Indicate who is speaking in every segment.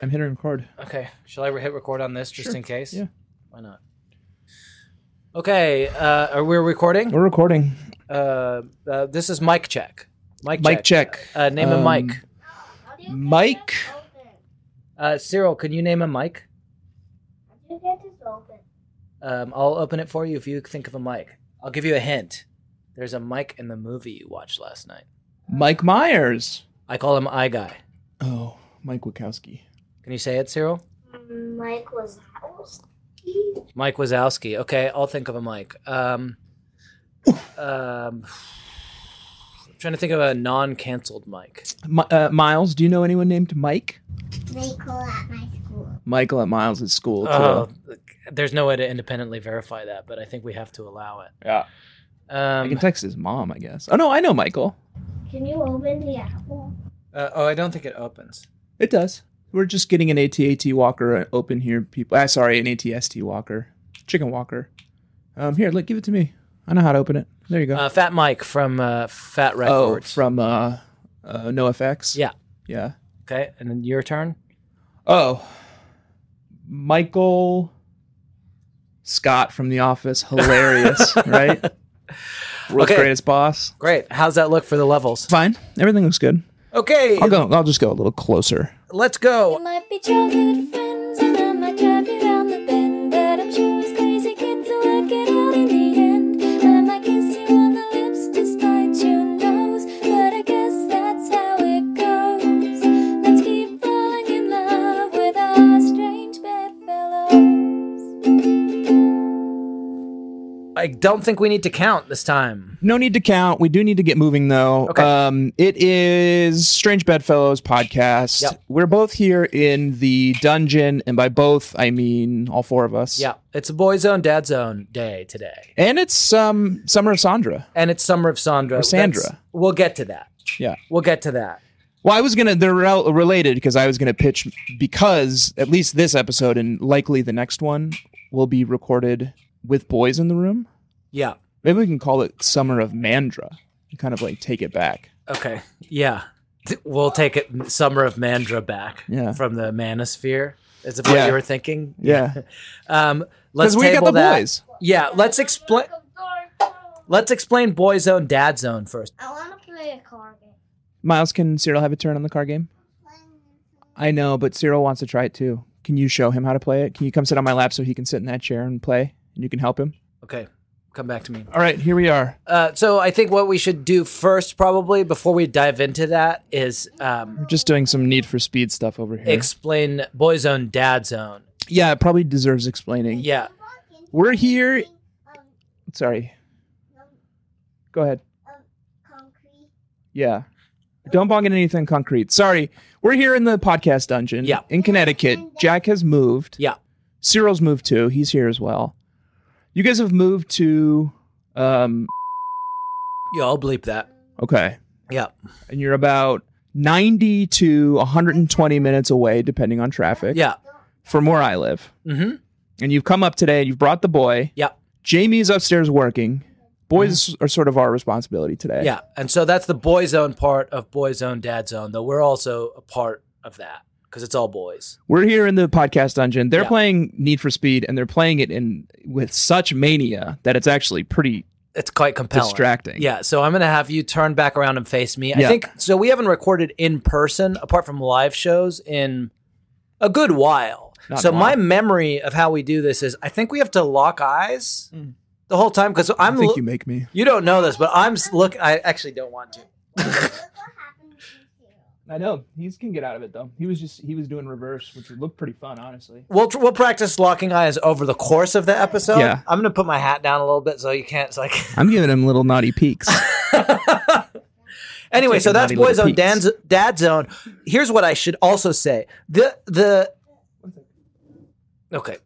Speaker 1: I'm hitting record.
Speaker 2: Okay. Shall I re- hit record on this just
Speaker 1: Sure.
Speaker 2: in case?
Speaker 1: Yeah.
Speaker 2: Why not? Okay. Uh, are we recording?
Speaker 1: We're recording.
Speaker 2: Uh, uh, this is mic check. Mic
Speaker 1: Mic check.
Speaker 2: Uh, name
Speaker 1: Um,
Speaker 2: a mic.
Speaker 1: Mike.
Speaker 2: Uh, Cyril, can you name a mic? Um, I'll open it for you if you think of a mic. I'll give you a hint. There's a mic in the movie you watched last night.
Speaker 1: Mike Myers.
Speaker 2: I call him I Guy.
Speaker 1: Oh, Mike Wachowski.
Speaker 2: Can you say it, Cyril?
Speaker 3: Mike was
Speaker 2: Mike Wazowski. Okay, I'll think of a Mike. Um, um, I'm trying to think of a non-canceled Mike.
Speaker 1: Mi- uh, Miles. Do you know anyone named Mike?
Speaker 3: They call at my school.
Speaker 1: Michael at Miles' at school. Too.
Speaker 2: Oh, there's no way to independently verify that, but I think we have to allow it.
Speaker 1: yeah. I
Speaker 2: Um,
Speaker 1: can text his mom, I guess. Oh no, I know Michael.
Speaker 3: Can you open the apple?
Speaker 2: uh, oh, I don't think it opens.
Speaker 1: It does. We're just getting an ATAT walker open here, people. Ah, sorry, an ATST walker, chicken walker. Um, here, look, give it to me. I know how to open it. There you go.
Speaker 2: Uh, Fat Mike from uh, Fat
Speaker 1: oh,
Speaker 2: Records.
Speaker 1: from uh, uh, NoFX.
Speaker 2: Yeah.
Speaker 1: Yeah.
Speaker 2: okay, and then your turn.
Speaker 1: Oh, Michael Scott from The Office, hilarious, right? World's
Speaker 2: Okay.
Speaker 1: greatest boss.
Speaker 2: Great. How's that look for the levels?
Speaker 1: Fine, everything looks good.
Speaker 2: Okay,
Speaker 1: I'll go. I'll just go a little closer.
Speaker 2: let's go.
Speaker 4: might be childhood friends, and I might drive you round the bend. But I'm sure as crazy kid to work it out in the end. I might kiss you on the lips despite your nose. But I guess that's how it goes. Let's keep falling in love with our strange bedfellows.
Speaker 2: I don't think we need to count this time.
Speaker 1: No need to count. We do need to get moving though.
Speaker 2: Okay.
Speaker 1: Um, it is Strange Bedfellows podcast.
Speaker 2: Yep.
Speaker 1: We're both here in the dungeon, and by both I mean all four of us.
Speaker 2: Yeah, it's a boy zone, dad zone day today,
Speaker 1: And it's um Summer of Sandra.
Speaker 2: and it's Summer of Sandra.
Speaker 1: Or Sandra.
Speaker 2: That's- we'll get to that.
Speaker 1: Yeah.
Speaker 2: We'll get to that.
Speaker 1: Well, I was gonna they're rel- related because I was gonna pitch because at least this episode and likely the next one will be recorded with boys in the room.
Speaker 2: Yeah.
Speaker 1: Maybe we can call it Summer of Mandra and kind of like take it back.
Speaker 2: Okay. Yeah. Th- We'll take it Summer of Mandra back
Speaker 1: Yeah.
Speaker 2: from the Manosphere. Is it what
Speaker 1: Yeah.
Speaker 2: you were thinking?
Speaker 1: Yeah,
Speaker 2: Um,
Speaker 1: because
Speaker 2: let's
Speaker 1: we got
Speaker 2: table
Speaker 1: the
Speaker 2: that.
Speaker 1: boys.
Speaker 2: Yeah, let's explain. Let's explain boy zone, dad zone first.
Speaker 3: I want to play a card game.
Speaker 1: Miles, can Cyril have a turn on the card game? I know, but Cyril wants to try it too. Can you show him how to play it? Can you come sit on my lap so he can sit in that chair and play, and you can help him?
Speaker 2: Okay, come back to me.
Speaker 1: All right, here we are.
Speaker 2: Uh, so I think what we should do first, probably before we dive into that, is um,
Speaker 1: We're just doing some Need for Speed stuff over here.
Speaker 2: explain boy zone, dad zone.
Speaker 1: yeah, it probably deserves explaining.
Speaker 2: Yeah.
Speaker 1: We're here. Sorry. Go ahead.
Speaker 3: Concrete.
Speaker 1: Yeah. Don't bong in anything concrete. Sorry. We're here in the podcast dungeon
Speaker 2: Yeah.
Speaker 1: in Connecticut. Jack has moved.
Speaker 2: Yeah.
Speaker 1: Cyril's moved too. He's here as well. You guys have moved to um
Speaker 2: Yeah, I'll bleep that.
Speaker 1: okay.
Speaker 2: Yeah.
Speaker 1: And you're about 90 to 120 minutes away depending on traffic
Speaker 2: Yeah.
Speaker 1: from where I live.
Speaker 2: Mm-hmm.
Speaker 1: And you've come up today and you've brought the boy.
Speaker 2: Yeah.
Speaker 1: Jamie's upstairs working. Boys are sort of our responsibility today.
Speaker 2: Mm-hmm. Yeah, and so that's the boy zone part of boy zone, dad zone. Though we're also a part of that because it's all boys.
Speaker 1: We're here in the podcast dungeon. They're
Speaker 2: Yeah.
Speaker 1: playing Need for Speed, and they're playing it in with such mania that it's actually pretty
Speaker 2: It's quite compelling.
Speaker 1: distracting.
Speaker 2: Yeah, so I'm gonna have you turn back around and face me.
Speaker 1: Yeah.
Speaker 2: I think so. We haven't recorded in person apart from live shows in a good while.
Speaker 1: Not
Speaker 2: so
Speaker 1: in a
Speaker 2: my
Speaker 1: while.
Speaker 2: memory of how we do this is I think we have to lock eyes
Speaker 1: Mm.
Speaker 2: the whole time because
Speaker 1: I
Speaker 2: I'm.
Speaker 1: think
Speaker 2: lo-
Speaker 1: you
Speaker 2: you,
Speaker 1: make me.
Speaker 2: don't know this, but I'm s- look. I actually don't want to.
Speaker 1: I know he's can get out of it though. He was just he was doing reverse, which would look pretty fun, honestly.
Speaker 2: We'll tr- we'll practice locking eyes over the course of the episode.
Speaker 1: Yeah.
Speaker 2: I'm gonna put my hat down a little bit so you can't like.
Speaker 1: I'm giving him little naughty peeks.
Speaker 2: anyway,
Speaker 1: Taking
Speaker 2: so that's
Speaker 1: naughty
Speaker 2: boy
Speaker 1: little
Speaker 2: zone,
Speaker 1: peeks.
Speaker 2: dad's, dad zone. Here's what I should also say: the the okay,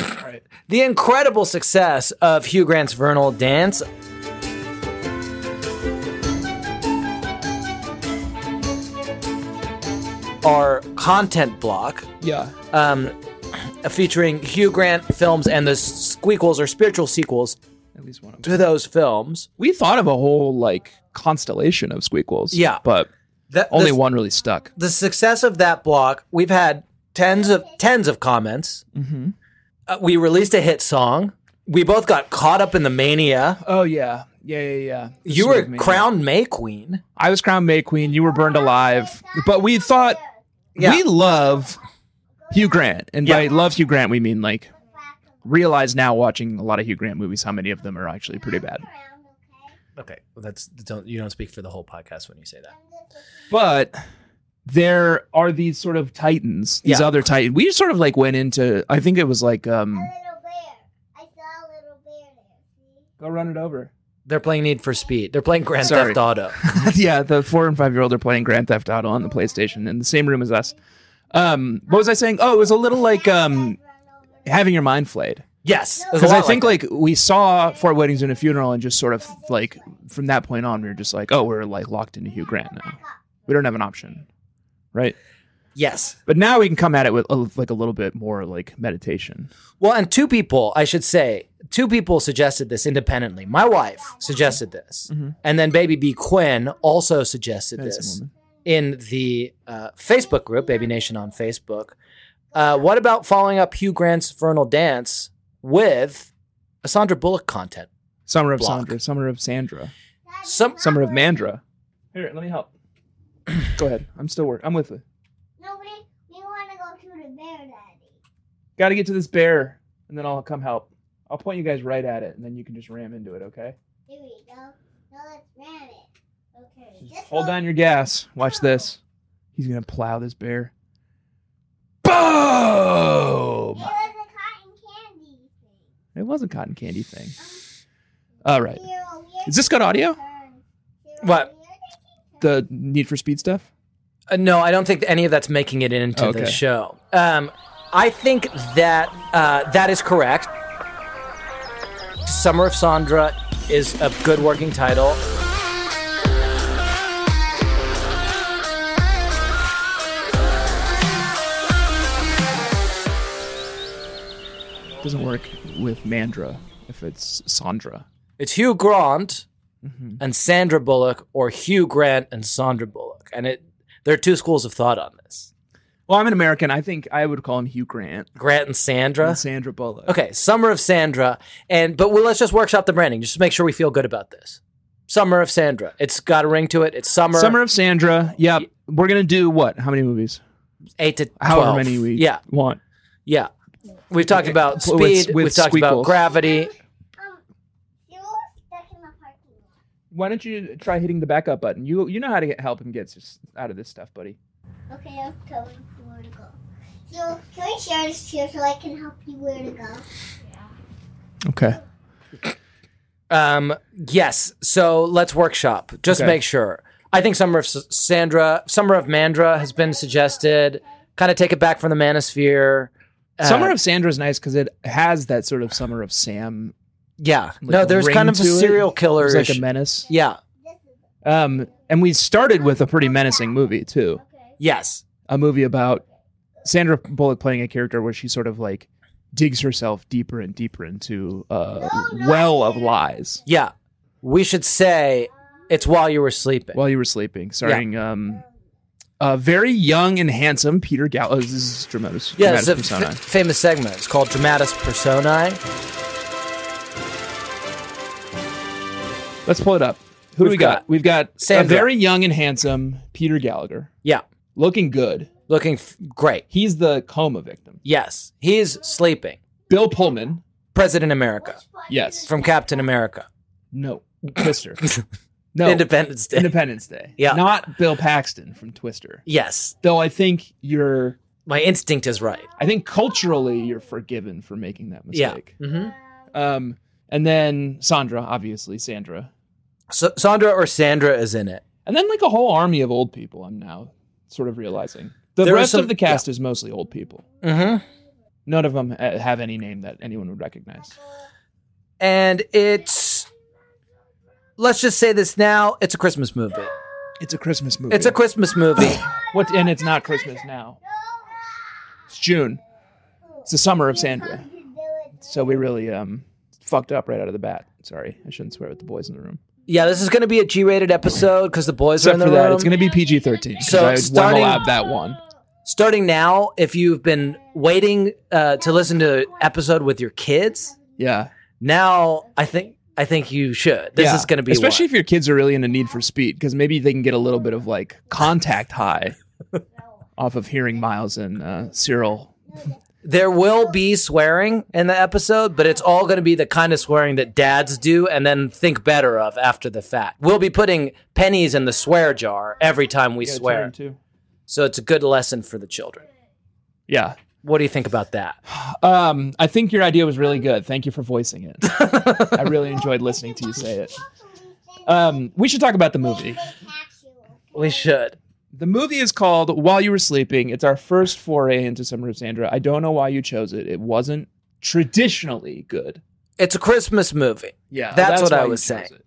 Speaker 1: All right.
Speaker 2: the incredible success of Hugh Grant's Vernal Dance. Our content block
Speaker 1: Yeah.
Speaker 2: um, featuring Hugh Grant films and the squeakles or spiritual sequels
Speaker 1: At least one of them.
Speaker 2: to those films.
Speaker 1: We thought of a whole like constellation of squeakles.
Speaker 2: Yeah.
Speaker 1: But
Speaker 2: That,
Speaker 1: only
Speaker 2: this-
Speaker 1: one really stuck.
Speaker 2: the success of that block, we've had tens of tens of comments.
Speaker 1: Mm-hmm.
Speaker 2: Uh, we released a hit song. We both got caught up in the mania.
Speaker 1: Oh yeah, yeah, yeah, yeah. This
Speaker 2: You
Speaker 1: would
Speaker 2: were
Speaker 1: have made-
Speaker 2: crowned May Queen.
Speaker 1: I was crowned May Queen. You were burned alive. But we thought
Speaker 2: Yeah.
Speaker 1: we love Hugh Grant, and by
Speaker 2: Yeah.
Speaker 1: love Hugh Grant we mean like realize now watching a lot of Hugh Grant movies how many of them are actually pretty bad.
Speaker 3: Around, okay?
Speaker 2: Okay, well, that's don't you don't speak for the whole podcast when you say that.
Speaker 3: I'm good with
Speaker 1: But there are these sort of titans, these
Speaker 2: Yeah.
Speaker 1: other titans. We sort of like went into. I think it was like
Speaker 3: A
Speaker 1: um.
Speaker 3: little bear. I saw a little bear there. See?
Speaker 1: Go run it over.
Speaker 2: They're playing Need for Speed. They're playing Grand
Speaker 1: Sorry.
Speaker 2: Theft Auto.
Speaker 1: yeah, the four and five year old are playing Grand Theft Auto on the PlayStation in the same room as us. Um, what was I saying? Oh, it was a little like um, having your mind flayed.
Speaker 2: Yes, it was a
Speaker 1: Because I
Speaker 2: lot
Speaker 1: think
Speaker 2: that.
Speaker 1: like, we saw Four Weddings and a Funeral, and just sort of like from that point on, we were just like, oh, we're like locked into Hugh Grant now. We don't have an option, right?
Speaker 2: yes.
Speaker 1: But now we can come at it with a, like a little bit more like meditation.
Speaker 2: Well, and two people, I should say, two people suggested this independently. My wife suggested this,
Speaker 1: Mhm.
Speaker 2: and then Baby B Quinn also suggested
Speaker 1: Medicine
Speaker 2: this
Speaker 1: woman.
Speaker 2: in the uh, Facebook group, Baby Nation on Facebook. Uh, what about following up Hugh Grant's Vernal Dance with a Sandra Bullock content?
Speaker 1: Summer of
Speaker 2: Block.
Speaker 1: Sandra, Summer of Sandra,
Speaker 2: Some
Speaker 1: Summer of Mandra. Here, let me help. Go ahead. I'm still working. I'm with you.
Speaker 3: Nobody. We want to go to the bear, Daddy.
Speaker 1: Got to get to this bear, and then I'll come help. I'll point you guys right at it, and then you can just ram into it. Okay.
Speaker 3: Here we go. Now let's ram it. Okay. Just
Speaker 1: Hold
Speaker 3: go-
Speaker 1: down your gas. Watch this. He's gonna plow this bear. Boom!
Speaker 3: It was a cotton candy thing.
Speaker 1: It was a cotton candy thing. All right.
Speaker 3: Zero weird
Speaker 1: Is this good audio?
Speaker 3: turns. Zero
Speaker 2: What?
Speaker 3: weird
Speaker 1: The Need for Speed stuff.
Speaker 2: Uh, no, I don't think any of that's making it into
Speaker 1: Okay.
Speaker 2: the show. Um, I think that uh, that is correct. Summer of Sandra is a good working title.
Speaker 1: Doesn't work with Mandra if it's Sandra.
Speaker 2: It's Hugh Grant and Sandra Bullock, or Hugh Grant and Sandra Bullock, and it there are two schools of thought on this.
Speaker 1: Well, I'm an American. I think I would call him Hugh Grant.
Speaker 2: Grant and Sandra.
Speaker 1: and Sandra Bullock.
Speaker 2: Uh, Okay, Summer of Sandra, and but we'll, let's just workshop the branding. Just to make sure we feel good about this. Summer of Sandra. It's got a ring to it. It's summer.
Speaker 1: Summer of Sandra. Yep. We're gonna do what? How many movies?
Speaker 2: eight to
Speaker 1: However
Speaker 2: 12.
Speaker 1: many we
Speaker 2: Yeah,
Speaker 1: want.
Speaker 2: yeah. We've talked about
Speaker 1: Well, with-
Speaker 2: speed.
Speaker 1: with
Speaker 2: We've talked about
Speaker 1: squeakles.
Speaker 2: gravity.
Speaker 3: Um, zero was stuck in the parking lot.
Speaker 1: Why don't you try hitting the backup button? You you know how to get, help him get s- out of this stuff, buddy.
Speaker 3: Okay, I'm telling you where to go. So, can we share this here so I can help you where to go?
Speaker 1: Okay.
Speaker 2: Um, yes. So let's workshop. Just
Speaker 1: Okay.
Speaker 2: make sure. I think Summer of S- Sandra, Summer of Mandra has been suggested. Kind of take it back from the Manosphere. Uh,
Speaker 1: Summer of Sandra is nice because it has that sort of Summer of Sam.
Speaker 2: yeah.
Speaker 1: like,
Speaker 2: no, there's
Speaker 1: ring
Speaker 2: kind of a
Speaker 1: to it.
Speaker 2: serial killer.
Speaker 1: It's like a menace.
Speaker 2: yeah.
Speaker 3: This is
Speaker 1: Um, and we started with a pretty menacing movie too,
Speaker 3: okay.
Speaker 2: Yes.
Speaker 1: a movie about Sandra Bullock playing a character where she sort of like digs herself deeper and deeper into a well of lies
Speaker 2: Yeah. We should say it's while you were sleeping.
Speaker 1: while you were sleeping, starring um, a very young and handsome Peter Gallows. This is Dramatis,
Speaker 2: yeah,
Speaker 1: Dramatis
Speaker 2: it's a
Speaker 1: Personae.
Speaker 2: f- famous segment. It's called Dramatis Personae.
Speaker 1: Let's pull it up. Who do
Speaker 2: We've
Speaker 1: we got?
Speaker 2: got
Speaker 1: We've got a
Speaker 2: Sandra.
Speaker 1: very young and handsome Peter Gallagher,
Speaker 2: Yeah,
Speaker 1: looking good.
Speaker 2: looking f- great.
Speaker 1: He's the coma victim.
Speaker 2: Yes, he's sleeping.
Speaker 1: Bill Pullman.
Speaker 2: President America
Speaker 1: Yes.
Speaker 2: from Captain America.
Speaker 1: No. Twister. No.
Speaker 2: Independence Day.
Speaker 1: Independence Day.
Speaker 2: Yeah.
Speaker 1: Not Bill Paxton from Twister.
Speaker 2: yes,
Speaker 1: Though I think you're,
Speaker 2: my instinct is right.
Speaker 1: I think culturally you're forgiven for making that mistake.
Speaker 2: Yeah. hmm
Speaker 1: Um, and then Sandra, obviously Sandra,
Speaker 2: So, Sandra or Sandra is in it.
Speaker 1: and then like a whole army of old people. I'm now sort of realizing the
Speaker 2: There are
Speaker 1: rest
Speaker 2: some-
Speaker 1: of the cast is mostly old people.
Speaker 2: Mm-hmm.
Speaker 1: None of them uh, have any name that anyone would recognize.
Speaker 2: And it's, let's just say this now it's a Christmas movie.
Speaker 1: It's a Christmas movie.
Speaker 2: It's a Christmas movie.
Speaker 1: what? And it's not Christmas now.
Speaker 3: oh,
Speaker 1: It's June. It's the summer of Sandra.
Speaker 3: You do it.
Speaker 1: So we really um fucked up right out of the bat. Sorry, I shouldn't swear with the boys in the room.
Speaker 2: yeah, this is going to be a G rated episode because the boys are
Speaker 1: Except
Speaker 2: in the
Speaker 1: for that,
Speaker 2: room.
Speaker 1: it's going to be PG thirteen.
Speaker 2: So
Speaker 1: So I
Speaker 2: starting-
Speaker 1: won't allow that one.
Speaker 2: starting now, if you've been waiting uh, to listen to episode with your kids,
Speaker 1: Yeah.
Speaker 2: now I think I think you should. This
Speaker 1: Yeah.
Speaker 2: is going to be
Speaker 1: especially
Speaker 2: especially
Speaker 1: if your kids are really in a need for speed because maybe they can get a little bit of like contact high off of hearing Miles and uh, Cyril.
Speaker 2: there will be swearing in the episode, but it's all going to be the kind of swearing that dads do and then think better of after the fact. We'll be putting pennies in the swear jar every time we swear, so it's a good lesson for the children.
Speaker 1: Yeah.
Speaker 2: What do you think about that?
Speaker 1: Um, I think your idea was really good. Thank you for voicing it. I really enjoyed listening to you say it. Um, we should talk about the movie.
Speaker 2: We should.
Speaker 1: The movie is called While You Were Sleeping. It's our first foray into Summer of Sandra. I don't know why you chose it. It wasn't traditionally good.
Speaker 2: It's a Christmas movie.
Speaker 1: Yeah,
Speaker 2: That's what
Speaker 1: why
Speaker 2: I
Speaker 1: you
Speaker 2: was
Speaker 1: chose
Speaker 2: saying.
Speaker 1: it.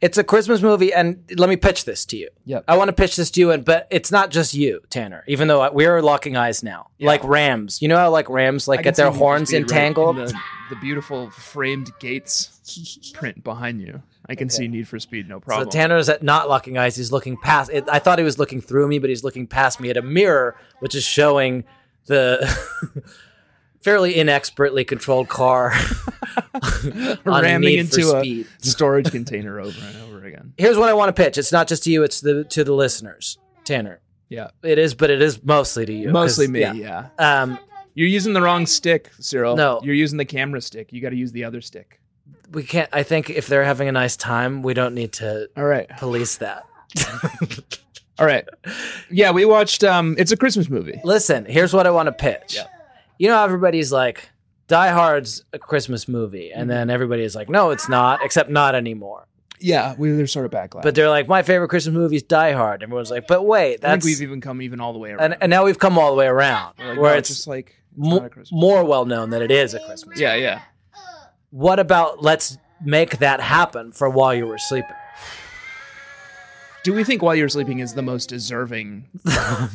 Speaker 2: It's a Christmas movie, and let me pitch this to you.
Speaker 1: Yep.
Speaker 2: I want to pitch this to you, and but it's not just you, Tanner. Even though I, we are locking eyes now,
Speaker 1: Yeah.
Speaker 2: like rams. You know how like rams like
Speaker 1: I
Speaker 2: get
Speaker 1: can
Speaker 2: their
Speaker 1: see you just
Speaker 2: horns
Speaker 1: be right
Speaker 2: entangled.
Speaker 1: in the, the beautiful framed gates print behind you. I can see Need for Speed, no
Speaker 2: so
Speaker 1: problem.
Speaker 2: Tanner's at not locking eyes. He's looking past. It, I thought he was looking through me, but he's looking past me at a mirror, which is showing the fairly inexpertly controlled car on
Speaker 1: ramming
Speaker 2: Need
Speaker 1: into
Speaker 2: for
Speaker 1: a
Speaker 2: Speed.
Speaker 1: storage container over and over again.
Speaker 2: Here's what I want to pitch. It's not just to you. It's the to the listeners, Tanner.
Speaker 1: Yeah,
Speaker 2: It is, but it is mostly to you. 'cause-
Speaker 1: mostly me.
Speaker 2: yeah.
Speaker 1: Yeah.
Speaker 2: Um,
Speaker 1: you're using the wrong stick, Cyril.
Speaker 2: No.
Speaker 1: you're using the camera stick. You got to use the other stick.
Speaker 2: we can't. I think if they're having a nice time, we don't need to
Speaker 1: All right,
Speaker 2: police that.
Speaker 1: all right. Yeah, we watched. Um, it's a Christmas movie.
Speaker 2: Listen, here's what I want to pitch.
Speaker 1: Yeah.
Speaker 2: You know, how everybody's like, Die Hard's a Christmas movie,
Speaker 1: Mm-hmm.
Speaker 2: and then everybody is like, No, it's not, except not anymore.
Speaker 1: Yeah, we there's sort of backlash.
Speaker 2: But they're like, My favorite Christmas movie is Die Hard. Everyone's like, But wait,
Speaker 1: I think
Speaker 2: that's
Speaker 1: we've even come even all the way around.
Speaker 2: and, and now we've come all the way around,
Speaker 1: We're like,
Speaker 2: where
Speaker 1: no,
Speaker 2: it's
Speaker 1: just like it's
Speaker 2: mo-
Speaker 1: not a Christmas.
Speaker 2: more well known that it is a Christmas.
Speaker 1: Yeah, yeah.
Speaker 2: What about let's make that happen for while you were sleeping?
Speaker 1: Do we think While You're Sleeping is the most deserving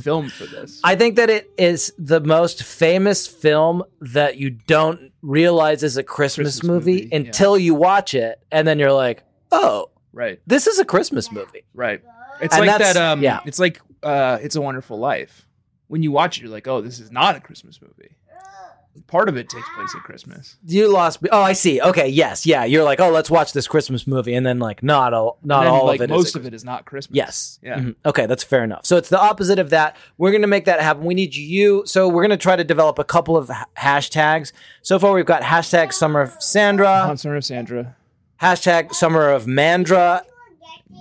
Speaker 1: film for this?
Speaker 2: I think that it is the most famous film that you don't realize is a Christmas,
Speaker 1: Christmas
Speaker 2: movie,
Speaker 1: movie, yeah.
Speaker 2: until you watch it, and then you're like, "Oh,
Speaker 1: Right,
Speaker 2: this is a Christmas movie."
Speaker 1: right. It's
Speaker 2: And
Speaker 1: like
Speaker 2: that's-
Speaker 1: that. Um,
Speaker 2: yeah.
Speaker 1: It's like uh, It's a Wonderful Life. When you watch it, you're like, oh, this is not a Christmas movie. Part of it takes place at Christmas.
Speaker 2: You lost me. Oh, I see. Okay, yes, yeah. You're like, "Oh, let's watch this Christmas movie," and then like, not all, not
Speaker 1: And then,
Speaker 2: all
Speaker 1: like,
Speaker 2: of it. is a
Speaker 1: Most of it is not Christmas.
Speaker 2: Yes.
Speaker 1: Yeah.
Speaker 2: Mhm. Okay, that's fair enough. So it's the opposite of that. We're going to make that happen. We need you. So we're going to try to develop a couple of ha- hashtags. So far, we've got hashtag Summer of Sandra,
Speaker 1: On Summer of Uh, Sandra.
Speaker 2: hashtag Summer of Mandra,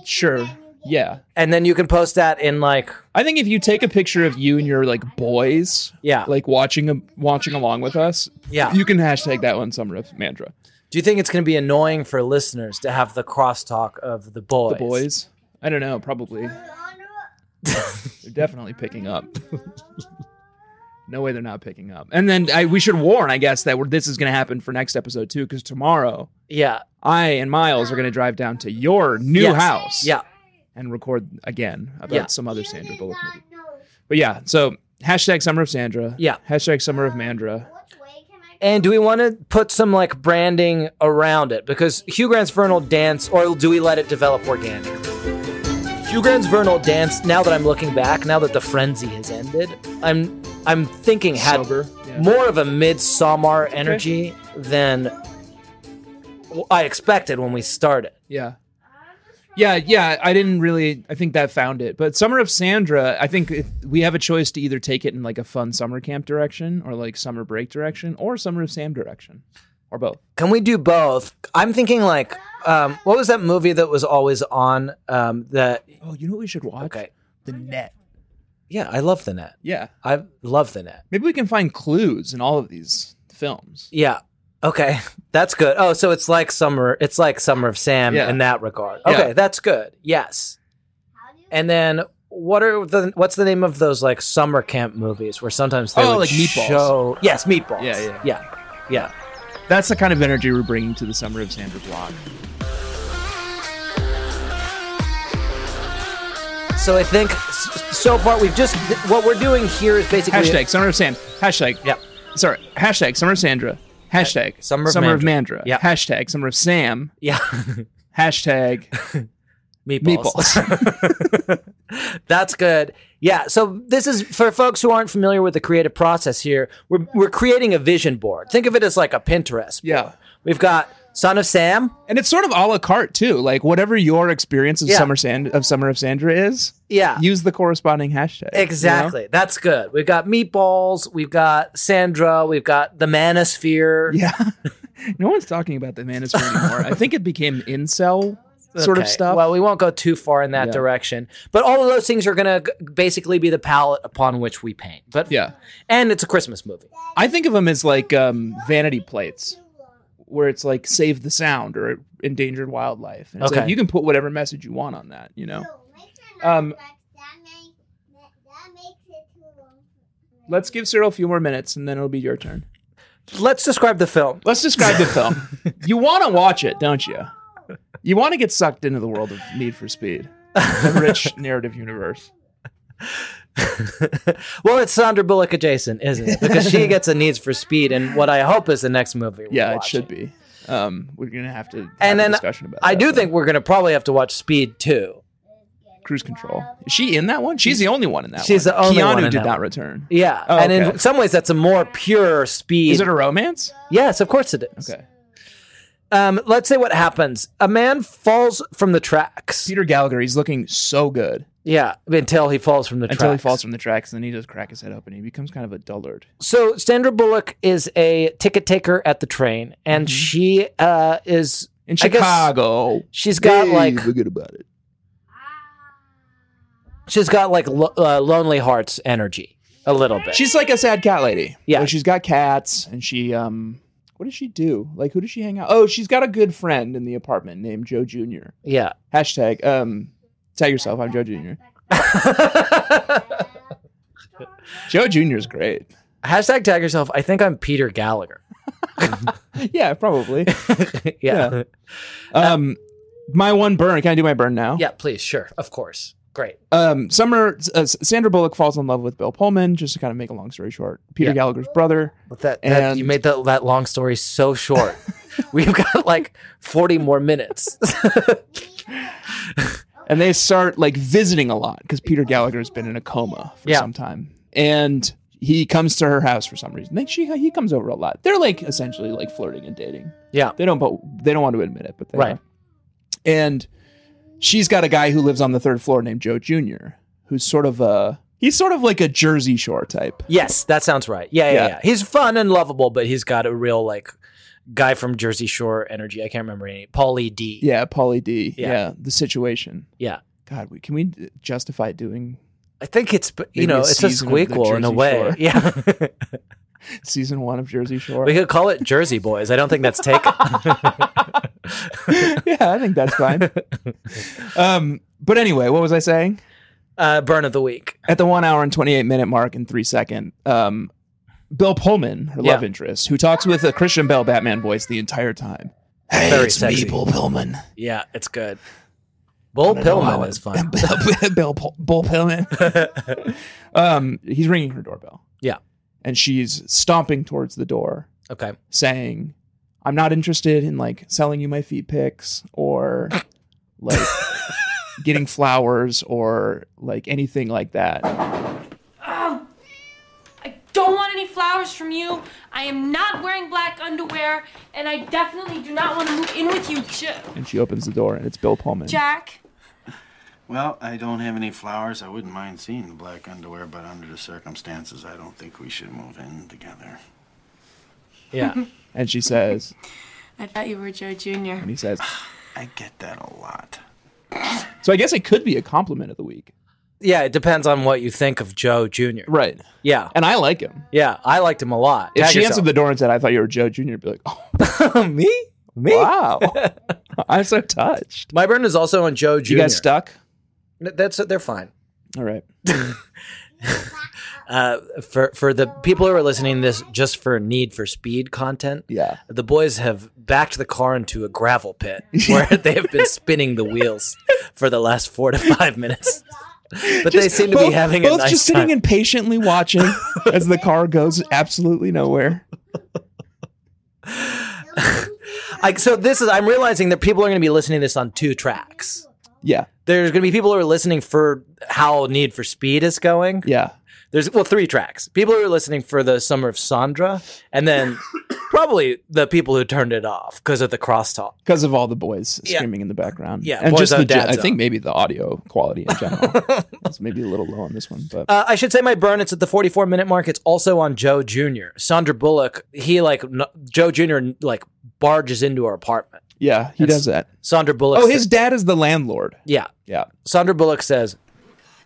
Speaker 1: Sure. Yeah.
Speaker 2: and then you can post that in like,
Speaker 1: I think if you take a picture of you and your like boys,
Speaker 2: yeah,
Speaker 1: like watching a, watching along with us,
Speaker 2: yeah.
Speaker 1: you can hashtag that one Summer of Mandra.
Speaker 2: Do you think it's going to be annoying for listeners to have the crosstalk of the boys?
Speaker 1: The boys. I don't know. Probably. They're definitely picking up. no way they're not picking up. And then I, we should warn, I guess, that we're, this is going to happen for next episode too, because tomorrow
Speaker 2: Yeah,
Speaker 1: I and Miles are going to drive down to your new
Speaker 2: Yes.
Speaker 1: house
Speaker 2: yeah.
Speaker 1: and record again about
Speaker 2: Yeah.
Speaker 1: some other Sandra Bullock movie. But yeah, so hashtag Summer of Sandra.
Speaker 2: Yeah.
Speaker 1: Hashtag Summer of Mandra.
Speaker 2: And do we want to put some like branding around it? Because Hugh Grant's Vernal Dance, or do we let it develop organically? Hugh Grant's Vernal Dance. Now that I'm looking back, now that the frenzy has ended, I'm I'm thinking had
Speaker 1: Sober. Yeah.
Speaker 2: more of a midsummer energy than w- I expected when we started.
Speaker 1: yeah. Yeah, yeah, I didn't really. I think that found it. But Summer of Sandra, I think if we have a choice to either take it in like a fun summer camp direction or like summer break direction or Summer of Sam direction or both.
Speaker 2: Can we do both? I'm thinking like, um, what was that movie that was always on? Um, that
Speaker 1: Oh, you know what we should watch?
Speaker 2: okay,
Speaker 1: The Net.
Speaker 2: yeah, I love the net.
Speaker 1: Yeah.
Speaker 2: I love the net.
Speaker 1: Maybe we can find clues in all of these films.
Speaker 2: Yeah. Okay. That's good. Oh, so it's like summer it's like Summer of Sam
Speaker 1: Yeah.
Speaker 2: in that regard.
Speaker 1: Yeah.
Speaker 2: Okay, that's good. Yes. And then what are the what's the name of those like summer camp movies where sometimes they
Speaker 1: Oh,
Speaker 2: would
Speaker 1: like Meatballs.
Speaker 2: show Yes, meatballs.
Speaker 1: Yeah, yeah.
Speaker 2: Yeah. Yeah.
Speaker 1: That's the kind of energy we're bringing to the Summer of Sandra blog.
Speaker 2: So I think s- so far we've just th- what we're doing here is basically
Speaker 1: Hashtag Summer of Sam. Hashtag.
Speaker 2: Yeah.
Speaker 1: Sorry. Hashtag Summer of Sandra. Hashtag
Speaker 2: Summer of
Speaker 1: Summer of
Speaker 2: Mandra.
Speaker 1: Mandra.
Speaker 2: Yeah.
Speaker 1: Hashtag Summer of Sam.
Speaker 2: Yeah.
Speaker 1: Hashtag
Speaker 2: meatballs. That's good. Yeah. So this is for folks who aren't familiar with the creative process here. We're we're creating a vision board. Think of it as like a Pinterest.
Speaker 1: Yeah.
Speaker 2: We've got Son of Sam.
Speaker 1: And it's sort of a la carte too. Like whatever your experience of
Speaker 2: Yeah.
Speaker 1: summer sand of summer of Sandra is,
Speaker 2: Yeah.
Speaker 1: use the corresponding hashtag. you know?
Speaker 2: Exactly. That's good. We've got meatballs. We've got Sandra. We've got the manosphere.
Speaker 1: Yeah. no one's talking about the manosphere anymore. I think it became incel sort of
Speaker 2: Okay.
Speaker 1: stuff.
Speaker 2: Well, we won't go too far in that
Speaker 1: Yeah.
Speaker 2: direction, but all of those things are going to basically be the palette upon which we paint. But
Speaker 1: yeah.
Speaker 2: and it's a Christmas movie.
Speaker 1: I think of them as like um, vanity plates where it's like save the sound or endangered wildlife. And it's
Speaker 2: Okay.
Speaker 1: like you can put whatever message you want on that, you know.
Speaker 3: Um,
Speaker 1: Um, Let's give Cyril a few more minutes and then it'll be your turn.
Speaker 2: Let's describe the film.
Speaker 1: Let's describe the film. You want to watch it, don't you? You want to get sucked into the world of Need for Speed, the rich narrative universe.
Speaker 2: well, it's Sandra Bullock adjacent, isn't it? Because she gets a needs for speed, and what I hope is the next movie. we're
Speaker 1: Yeah, it
Speaker 2: watching.
Speaker 1: should be. Um, we're gonna have to have
Speaker 2: And
Speaker 1: a
Speaker 2: then
Speaker 1: discussion about.
Speaker 2: I
Speaker 1: that,
Speaker 2: do
Speaker 1: but-
Speaker 2: think we're going to probably have to watch Speed too.
Speaker 1: Cruise Control. Is she in that one? She's the only one in that.
Speaker 2: She's
Speaker 1: one.
Speaker 2: the only
Speaker 1: Keanu
Speaker 2: one in
Speaker 1: did
Speaker 2: that
Speaker 1: not
Speaker 2: one.
Speaker 1: return.
Speaker 2: Yeah,
Speaker 1: Oh,
Speaker 2: and
Speaker 1: okay.
Speaker 2: in some ways, that's a more pure Speed.
Speaker 1: Is it a romance?
Speaker 2: yes, of course it is.
Speaker 1: Okay.
Speaker 2: Um, let's say what happens. A man falls from the tracks.
Speaker 1: Peter Gallagher. He's looking so good
Speaker 2: Yeah, until he falls from the tracks.
Speaker 1: until he falls from the tracks, and then he does crack his head open. He becomes kind of a dullard.
Speaker 2: So Sandra Bullock is a ticket taker at the train, and
Speaker 1: Mm-hmm.
Speaker 2: she uh, is
Speaker 1: In
Speaker 2: I guess
Speaker 1: Chicago,
Speaker 2: she's got
Speaker 1: Hey,
Speaker 2: like
Speaker 1: forget about it.
Speaker 2: she's got like lo- uh, lonely hearts energy a little bit.
Speaker 1: She's like a sad cat lady.
Speaker 2: Yeah.
Speaker 1: Like, she's got cats and she um what does she do? Like who does she hang out? Oh, she's got a good friend in the apartment named Joe Jr.
Speaker 2: yeah.
Speaker 1: Hashtag um tag yourself I'm Joe Jr. Joe Jr. is great.
Speaker 2: Hashtag tag yourself. I think I'm Peter Gallagher.
Speaker 1: Yeah, probably.
Speaker 2: yeah. yeah.
Speaker 1: Yeah. Um my one burn. Can I do my burn now?
Speaker 2: Please. Sure. Of course. Great.
Speaker 1: Um, Summer uh, Sandra Bullock falls in love with Bill Pullman. Just to kind of make a long story short, Peter
Speaker 2: Yeah.
Speaker 1: Gallagher's brother.
Speaker 2: But that, that-
Speaker 1: And-
Speaker 2: you made that that long story so short. We've got like 40 more minutes.
Speaker 1: and they start like visiting a lot because Peter Gallagher's been in a coma for
Speaker 2: Yeah.
Speaker 1: some time, and he comes to her house for some reason. Like she, he comes over a lot. They're like essentially like flirting and dating.
Speaker 2: yeah.
Speaker 1: They don't, but they don't want to admit it, but they
Speaker 2: Right.
Speaker 1: are. And she's got a guy who lives on the third floor named Joe Jr., who's sort of a he's sort of like a Jersey Shore type.
Speaker 2: Yes, that sounds right. Yeah, yeah, yeah,
Speaker 1: Yeah.
Speaker 2: He's fun and lovable, but he's got a real like guy from Jersey Shore energy. I can't remember any. Paulie D.
Speaker 1: Yeah, Paulie D.
Speaker 2: Yeah.
Speaker 1: Yeah. the situation.
Speaker 2: Yeah.
Speaker 1: God, we, can we justify doing
Speaker 2: I think it's but, you
Speaker 1: Maybe a
Speaker 2: know it's a
Speaker 1: season of the
Speaker 2: squeakquel in a
Speaker 1: Jersey
Speaker 2: way.
Speaker 1: Shore.
Speaker 2: Yeah,
Speaker 1: season one of Jersey Shore?
Speaker 2: we could call it Jersey Boys. I don't think that's taken.
Speaker 1: yeah, I think that's fine. um, but anyway, what was I saying?
Speaker 2: uh, Burn of the week.
Speaker 1: At the one hour and 28 minute mark and three second, um, Bill Pullman, her love
Speaker 2: Yeah.
Speaker 1: interest, who talks with a Christian Bell Batman voice the entire time. Hey,
Speaker 2: Very
Speaker 1: it's
Speaker 2: sexy.
Speaker 1: me, Bill Pullman.
Speaker 2: Yeah, it's good. Bull
Speaker 1: I don't know how
Speaker 2: Pillman
Speaker 1: I-
Speaker 2: is fun.
Speaker 1: Bill, Bill, Pull- Bill Pullman. um, he's ringing her doorbell.
Speaker 2: Yeah.
Speaker 1: And she's stomping towards the door.
Speaker 2: okay.
Speaker 1: saying, I'm not interested in like selling you my feet pics or like getting flowers or like anything like that.
Speaker 5: I don't want any flowers from you. I am not wearing black underwear, and I definitely do not want to move in with you, J-
Speaker 1: And she opens the door and it's Bill Pullman.
Speaker 5: Jack.
Speaker 6: Well, I don't have any flowers. I wouldn't mind seeing the black underwear, but under the circumstances, I don't think we should move in together.
Speaker 2: Yeah.
Speaker 1: And she says,
Speaker 5: I thought you were Joe Jr.
Speaker 1: and he says,
Speaker 6: I get that a lot.
Speaker 1: so I guess it could be a compliment of the week.
Speaker 2: yeah, it depends on what you think of Joe Jr.
Speaker 1: Right.
Speaker 2: Yeah.
Speaker 1: And I like him.
Speaker 2: Yeah, I liked him a lot.
Speaker 1: If
Speaker 2: Tag
Speaker 1: she
Speaker 2: yourself.
Speaker 1: answered the door and said, I thought you were Joe Jr., I'd be like, oh,
Speaker 2: me? Me?
Speaker 1: wow. I'm so touched.
Speaker 2: My burn is also on Joe Jr.
Speaker 1: You guys stuck?
Speaker 2: That's they're fine.
Speaker 1: All right.
Speaker 2: Uh, for for the people who are listening to this, just for Need for Speed content,
Speaker 1: Yeah.
Speaker 2: the boys have backed the car into a gravel pit where they have been spinning the wheels for the last four to five minutes. But they
Speaker 1: Just
Speaker 2: seem to be
Speaker 1: both-
Speaker 2: having
Speaker 1: both
Speaker 2: a nice
Speaker 1: just
Speaker 2: time.
Speaker 1: sitting and patiently watching as the car goes absolutely nowhere.
Speaker 2: I, so this is I'm realizing that people are going to be listening to this on two tracks.
Speaker 1: Yeah.
Speaker 2: There's going to be people who are listening for how Need for Speed is going.
Speaker 1: Yeah.
Speaker 2: There's well three tracks. People who are listening for the Summer of Sandra, and then probably the people who turned it off because of the crosstalk.
Speaker 1: Because of all the boys
Speaker 2: Yeah.
Speaker 1: screaming in the background.
Speaker 2: Yeah,
Speaker 1: And
Speaker 2: boys
Speaker 1: just
Speaker 2: out,
Speaker 1: the, gen-
Speaker 2: dads
Speaker 1: I
Speaker 2: out.
Speaker 1: think maybe the audio quality in general. it's maybe a little low on this one, but
Speaker 2: Uh, I should say my burn. It's at the 44 minute mark. It's also on Joe Jr. Sandra Bullock. He like n- Joe Jr. like barges into her apartment.
Speaker 1: yeah, he
Speaker 2: that's-
Speaker 1: does that.
Speaker 2: Sandra Bullock.
Speaker 1: Oh,
Speaker 2: sa-
Speaker 1: his dad is the landlord.
Speaker 2: yeah.
Speaker 1: Yeah.
Speaker 2: Sandra Bullock says,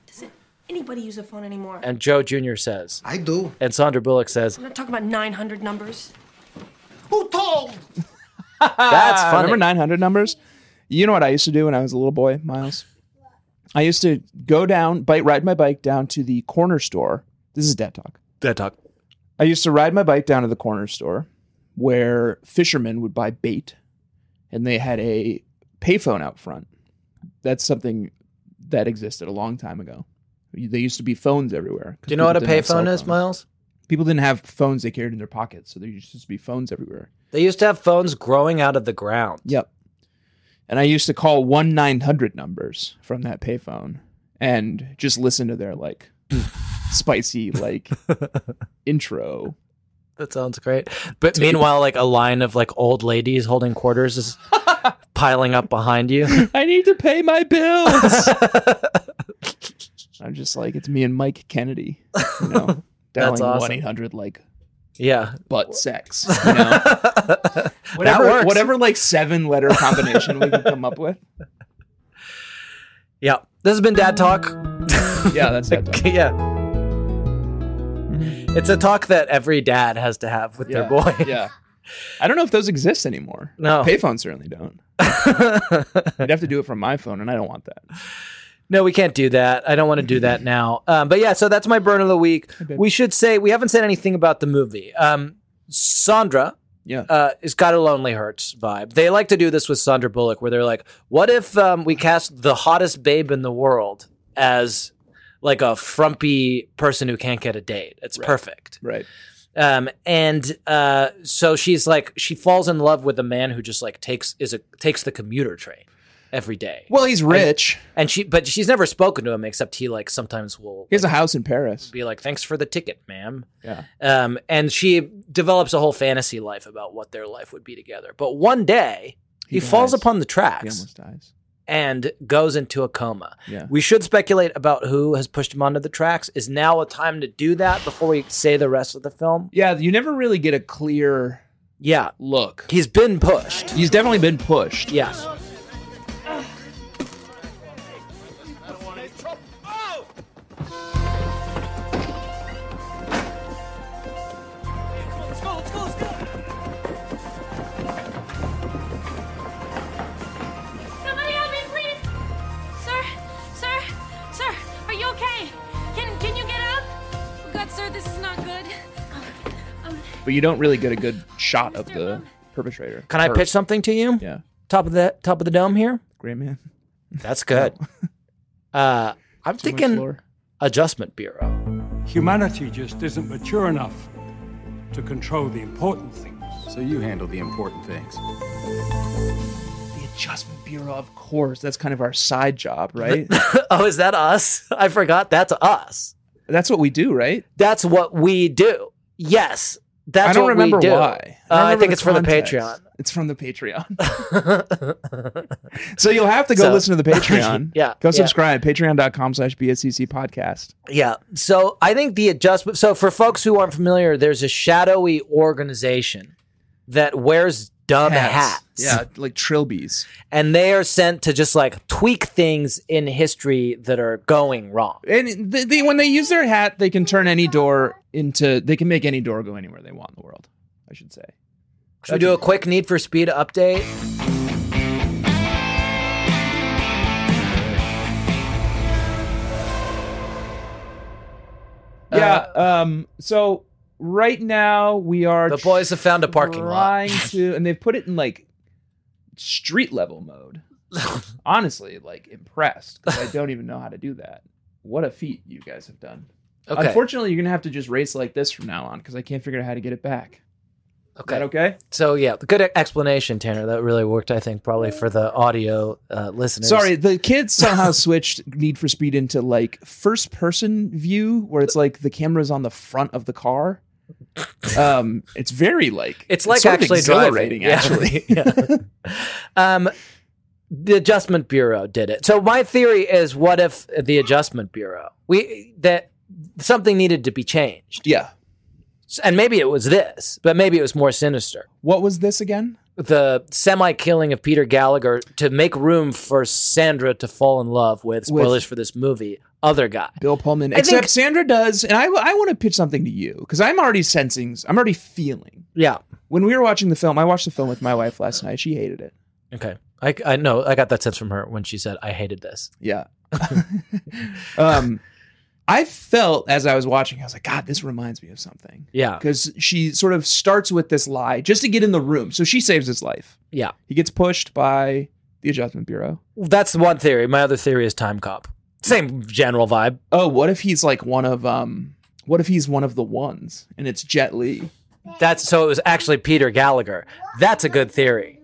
Speaker 5: Doesn't anybody use a phone anymore?
Speaker 2: and Joe Jr. says,
Speaker 7: I do.
Speaker 2: and Sandra Bullock says,
Speaker 5: I'm not talking about 900 numbers.
Speaker 7: Who told?
Speaker 2: that's
Speaker 1: Uh,
Speaker 2: funny.
Speaker 1: Remember 900 numbers? You know what I used to do when I was a little boy, Miles? I used to go down, bike, ride my bike down to the corner store. This is dad talk.
Speaker 2: That talk.
Speaker 1: I used to ride my bike down to the corner store where fishermen would buy bait and they had a payphone out front. That's something that existed a long time ago. They used to be phones everywhere.
Speaker 2: Do you know what a
Speaker 1: People didn't have
Speaker 2: payphone
Speaker 1: cell
Speaker 2: is,
Speaker 1: phones.
Speaker 2: Miles?
Speaker 1: People didn't have phones they carried in their pockets, so there used to be phones everywhere.
Speaker 2: They used to have phones growing out of the ground.
Speaker 1: Yep. And I used to call one nine hundred numbers from that payphone and just listen to their like spicy like intro.
Speaker 2: That sounds great. But meanwhile, like a line of like old ladies holding quarters is piling up behind you.
Speaker 1: I need to pay my bills. I'm just like it's me and Mike Kennedy. You know,
Speaker 2: That's
Speaker 1: dialing
Speaker 2: awesome.
Speaker 1: one eight hundred like
Speaker 2: Yeah.
Speaker 1: butt sex. You know, whatever,
Speaker 2: works.
Speaker 1: whatever like seven letter combination we can come up with.
Speaker 2: Yeah. This has been Dad Talk.
Speaker 1: Yeah, that's that. done.
Speaker 2: yeah. It's a talk that every dad has to have with
Speaker 1: Mm-hmm. Yeah,
Speaker 2: their boy.
Speaker 1: yeah. I don't know if those exist anymore.
Speaker 2: No.
Speaker 1: Payphones certainly don't. I'd have to do it from my phone, and I don't want that.
Speaker 2: No, we can't do that. I don't want to do that now. Um, but yeah, so that's my burn of the week. We should say we haven't said anything about the movie. Um, Sandra
Speaker 1: Yeah.
Speaker 2: uh, has got a Lonely Hearts vibe. They like to do this with Sandra Bullock, where they're like, "What if um, we cast the hottest babe in the world as like a frumpy person who can't get a date? It's perfect."
Speaker 1: Right.
Speaker 2: um and uh so she's like she falls in love with a man who just like takes is a takes the commuter train every day
Speaker 1: Well, he's rich.
Speaker 2: and she but she's never spoken to him except he like sometimes will
Speaker 1: He has a house in Paris.
Speaker 2: be like thanks for the ticket ma'am
Speaker 1: Yeah.
Speaker 2: um and she develops a whole fantasy life about what their life would be together but one day he,
Speaker 1: He
Speaker 2: falls
Speaker 1: dies.
Speaker 2: upon the tracks
Speaker 1: He almost dies.
Speaker 2: and goes into a coma.
Speaker 1: Yeah.
Speaker 2: We should speculate about who has pushed him onto the tracks. Is now a time to do that before we say the rest of the film?
Speaker 1: Yeah, you never really get a clear
Speaker 2: Yeah.
Speaker 1: look.
Speaker 2: He's been pushed.
Speaker 1: He's definitely been pushed.
Speaker 2: Yes.
Speaker 5: Somebody help me, please! Sir, sir, sir, are you okay? Can can you get up? God, sir, this is not good. Um,
Speaker 1: But you don't really get a good shot of the perpetrator.
Speaker 2: Can I
Speaker 1: Her.
Speaker 2: pitch something to you?
Speaker 1: Yeah.
Speaker 2: Top of the top of the dome here.
Speaker 1: Great man.
Speaker 2: That's good. uh, I'm
Speaker 1: Too much
Speaker 2: thinking
Speaker 1: lore.
Speaker 2: Adjustment Bureau.
Speaker 8: Humanity just isn't mature enough to control the important things.
Speaker 9: So you handle the important things.
Speaker 1: The Adjustment Bureau, of course. That's kind of our side job, right?
Speaker 2: oh, is that us? I forgot. That's us.
Speaker 1: That's what we do, right?
Speaker 2: That's what we do. Yes, that's
Speaker 1: I don't
Speaker 2: what
Speaker 1: remember
Speaker 2: we do.
Speaker 1: why.
Speaker 2: Uh,
Speaker 1: don't
Speaker 2: I
Speaker 1: remember
Speaker 2: think it's
Speaker 1: context.
Speaker 2: for the Patreon.
Speaker 1: It's from the Patreon. so you'll have to go
Speaker 2: So-
Speaker 1: listen to the Patreon.
Speaker 2: Yeah,
Speaker 1: Go
Speaker 2: yeah.
Speaker 1: subscribe. Patreon.com slash BSCC podcast.
Speaker 2: Yeah. So I think the adjustment. So for folks who aren't familiar, there's a shadowy organization that wears dumb hats.
Speaker 1: Yeah, like trilbies.
Speaker 2: And they are sent to just like tweak things in history that are going wrong.
Speaker 1: And they, they, when they use their hat, they can turn any door into, they can make any door go anywhere they want in the world, I should say.
Speaker 2: Should we do a quick Need for Speed update?
Speaker 1: Yeah.
Speaker 2: Uh,
Speaker 1: um. So right now we are
Speaker 2: The boys have found a parking lot.
Speaker 1: trying to, and they've put it in like street level mode. Honestly, like impressed 'cause I don't even know how to do that. What a feat you guys have done.
Speaker 2: Okay.
Speaker 1: Unfortunately, you're gonna have to just race like this from now on because I can't figure out how to get it back. that
Speaker 2: Okay.
Speaker 1: okay?
Speaker 2: So yeah, good explanation, Tanner. That really worked, I think, probably for the audio uh, listeners.
Speaker 1: Sorry, the kids somehow switched Need for Speed into like first person view, where it's like the camera's on the front of the car. Um, it's very like
Speaker 2: It's like
Speaker 1: sort of
Speaker 2: actually
Speaker 1: exhilarating,
Speaker 2: driving. Yeah.
Speaker 1: actually.
Speaker 2: Yeah. um, the Adjustment Bureau did it. So my theory is, what if the Adjustment Bureau we that something needed to be changed,
Speaker 1: yeah.
Speaker 2: and maybe it was this, but maybe it was more sinister.
Speaker 1: What was this again?
Speaker 2: The semi-killing of Peter Gallagher to make room for Sandra to fall in love with.
Speaker 1: With-
Speaker 2: Spoilers for this movie. Other guy.
Speaker 1: Bill Pullman.
Speaker 2: I
Speaker 1: Except
Speaker 2: think-
Speaker 1: Sandra does, and I I want to pitch something to you because I'm already sensing, I'm already feeling.
Speaker 2: Yeah.
Speaker 1: When we were watching the film, I watched the film with my wife last night. She hated it.
Speaker 2: Okay. I, I know. I got that sense from her when she said, I hated this.
Speaker 1: Yeah. um, I felt as I was watching, I was like, God, this reminds me of something.
Speaker 2: Yeah.
Speaker 1: because she sort of starts with this lie just to get in the room. So she saves his life.
Speaker 2: Yeah.
Speaker 1: He gets pushed by the Adjustment Bureau.
Speaker 2: That's one theory. My other theory is Time Cop. Same general vibe.
Speaker 1: Oh, what if he's like one of um? What if he's one of the ones and it's Jet Li?
Speaker 2: That's so it was actually Peter Gallagher. That's a good theory.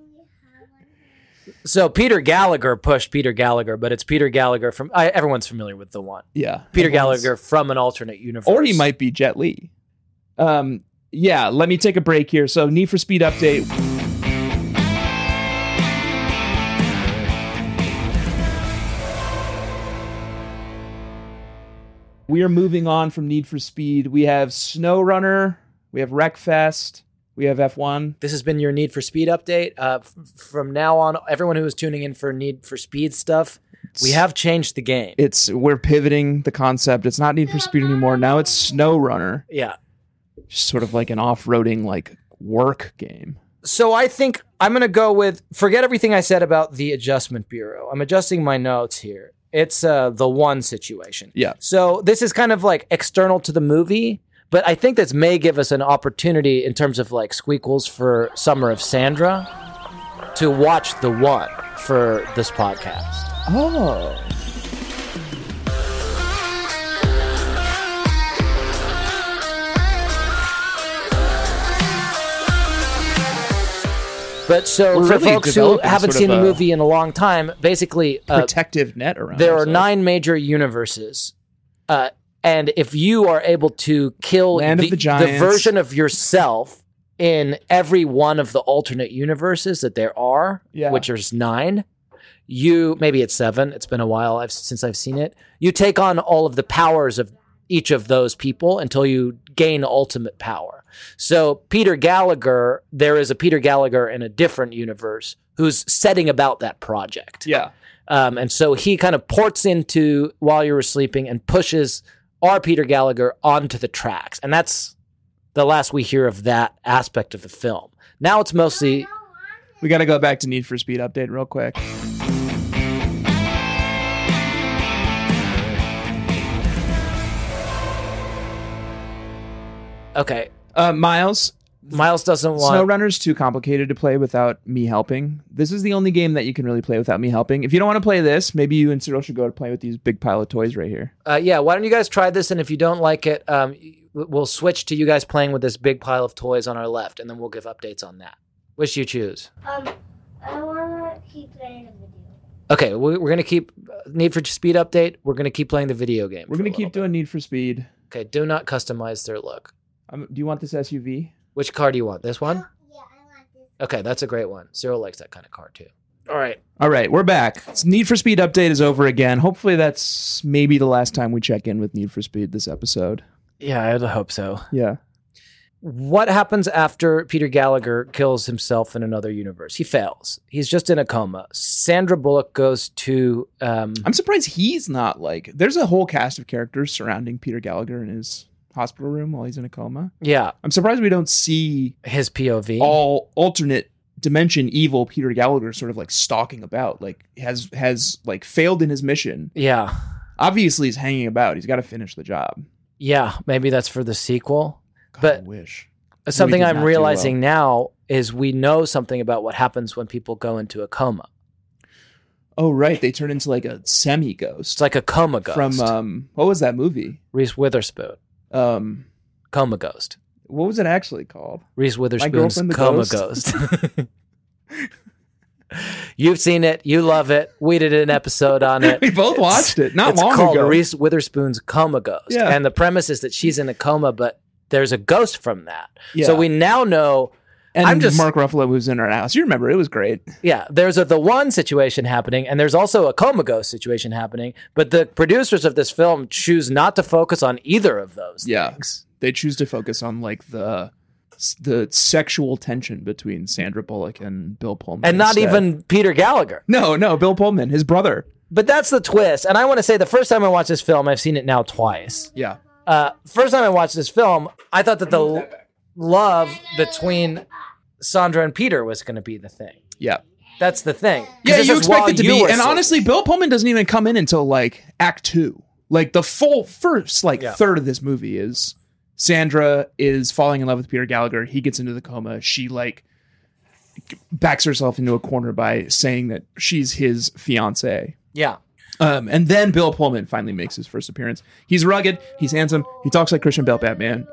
Speaker 2: So Peter Gallagher pushed Peter Gallagher, but it's Peter Gallagher from I, everyone's familiar with the one.
Speaker 1: Yeah,
Speaker 2: Peter
Speaker 1: Everyone's-
Speaker 2: Gallagher from an alternate universe.
Speaker 1: or he might be Jet Li. Um, yeah. Let me take a break here. So Need for Speed update. We are moving on from Need for Speed. We have SnowRunner. We have Wreckfest. We have F1.
Speaker 2: This has been your Need for Speed update. Uh, f- from now on, everyone who is tuning in for Need for Speed stuff, we have changed the game.
Speaker 1: It's we're pivoting the concept. It's not Need for Speed anymore. Now it's SnowRunner,
Speaker 2: yeah.
Speaker 1: just sort of like an off-roading like work game.
Speaker 2: so I think I'm going to go with forget everything I said about the adjustment bureau. I'm adjusting my notes here. It's uh, the one situation.
Speaker 1: Yeah.
Speaker 2: So this is kind of like external to the movie, but I think this may give us an opportunity in terms of like squeakles for Summer of Sandra to watch the one for this podcast.
Speaker 1: Oh.
Speaker 2: But so
Speaker 1: We're
Speaker 2: for
Speaker 1: really
Speaker 2: folks who
Speaker 1: developing
Speaker 2: haven't
Speaker 1: sort of
Speaker 2: seen the
Speaker 1: a-
Speaker 2: movie in a long time, basically uh,
Speaker 1: protective net around.
Speaker 2: there are
Speaker 1: ourselves.
Speaker 2: nine major universes, uh, and if you are able to kill
Speaker 1: Land of the Giants.
Speaker 2: version of yourself in every one of the alternate universes that there are,
Speaker 1: Yeah.
Speaker 2: which is nine, you maybe it's seven. It's been a while I've, since I've seen it. You take on all of the powers of each of those people until you gain ultimate power. So Peter Gallagher, there is a Peter Gallagher in a different universe who's setting about that project.
Speaker 1: Yeah.
Speaker 2: Um, and so he kind of ports into while you were sleeping and pushes our Peter Gallagher onto the tracks. And that's the last we hear of that aspect of the film. Now it's mostly
Speaker 1: We got to go back to Need for Speed update real quick.
Speaker 2: okay.
Speaker 1: Uh, Miles,
Speaker 2: Miles doesn't want.
Speaker 1: SnowRunner's too complicated to play without me helping. This is the only game that you can really play without me helping. If you don't want to play this, maybe you and Cyril should go to play with these big pile of toys right here.
Speaker 2: Uh, yeah, why don't you guys try this? And if you don't like it, um, w- we'll switch to you guys playing with this big pile of toys on our left, and then we'll give updates on that. Which you choose.
Speaker 3: Um, I wanna keep playing the video.
Speaker 2: Okay, we- we're gonna keep uh, Need for Speed update. We're gonna keep playing the video game.
Speaker 1: We're
Speaker 2: for a
Speaker 1: gonna keep
Speaker 2: little
Speaker 1: doing Need for Speed.
Speaker 2: bit. Okay, do not customize their look.
Speaker 1: Um, do you want this SUV?
Speaker 2: Which car do you want? This one.
Speaker 3: Yeah, I want this.
Speaker 2: Okay, that's a great one. Cyril likes that kind of car too. All right.
Speaker 1: All right, we're back. It's Need for Speed update is over again. Hopefully, that's maybe the last time we check in with Need for Speed this episode.
Speaker 2: Yeah, I'd hope so.
Speaker 1: Yeah.
Speaker 2: What happens after Peter Gallagher kills himself in another universe? He fails. He's just in a coma. Sandra Bullock goes to um
Speaker 1: I'm surprised he's not like. There's a whole cast of characters surrounding Peter Gallagher in his hospital room while he's in a coma.
Speaker 2: yeah,
Speaker 1: I'm surprised we don't see
Speaker 2: his POV.
Speaker 1: all alternate dimension evil Peter Gallagher sort of like stalking about, like has has like failed in his mission.
Speaker 2: yeah.
Speaker 1: Obviously, he's hanging about. He's got to finish the job.
Speaker 2: Yeah, maybe that's for the sequel.
Speaker 1: God, I
Speaker 2: But-
Speaker 1: wish.
Speaker 2: Something
Speaker 1: did
Speaker 2: I'm
Speaker 1: not do
Speaker 2: realizing now is we know something about what happens when people go into a coma.
Speaker 1: Oh right, they turn into like a semi
Speaker 2: It's
Speaker 1: ghost
Speaker 2: like a coma ghost
Speaker 1: uh, from um what was that movie?
Speaker 2: Reese Witherspoon,
Speaker 1: Um
Speaker 2: coma ghost.
Speaker 1: What was it actually called?
Speaker 2: Reese Witherspoon's
Speaker 1: girlfriend, the
Speaker 2: Coma Ghost.
Speaker 1: ghost.
Speaker 2: You've seen it. You love it. We did an episode on it.
Speaker 1: We both watched it not
Speaker 2: it's
Speaker 1: long
Speaker 2: called
Speaker 1: ago.
Speaker 2: Reese Witherspoon's Coma Ghost.
Speaker 1: Yeah.
Speaker 2: And the premise is that she's in a coma, but there's a ghost from that.
Speaker 1: Yeah.
Speaker 2: So we now know
Speaker 1: and
Speaker 2: I'm just-
Speaker 1: Mark Ruffalo moves in our house. You remember it was great.
Speaker 2: Yeah, there's a, the one situation happening, and there's also a coma ghost situation happening. But the producers of this film choose not to focus on either of those.
Speaker 1: Yeah, they choose to focus on like the the sexual tension between Sandra Bullock and Bill Pullman,
Speaker 2: and not
Speaker 1: instead.
Speaker 2: even Peter Gallagher.
Speaker 1: no, no, Bill Pullman, his brother.
Speaker 2: But that's the twist. And I want to say the first time I watched this film, I've seen it now twice.
Speaker 1: Yeah,
Speaker 2: Uh, first time I watched this film, I thought that the l- love between Sandra and Peter was going to be the thing.
Speaker 1: yeah,
Speaker 2: That's the thing. 'Cause
Speaker 1: yeah.
Speaker 2: this
Speaker 1: You
Speaker 2: is while
Speaker 1: expect it to
Speaker 2: you
Speaker 1: be,
Speaker 2: were
Speaker 1: and
Speaker 2: sleeping.
Speaker 1: honestly, Bill Pullman doesn't even come in until like Act Two. Like the full first like
Speaker 2: Yeah.
Speaker 1: third of this movie is Sandra is falling in love with Peter Gallagher. He gets into the coma. She like backs herself into a corner by saying that she's his fiance.
Speaker 2: yeah.
Speaker 1: Um, and then Bill Pullman finally makes his first appearance. He's rugged, he's handsome, he talks like Christian Bell Batman.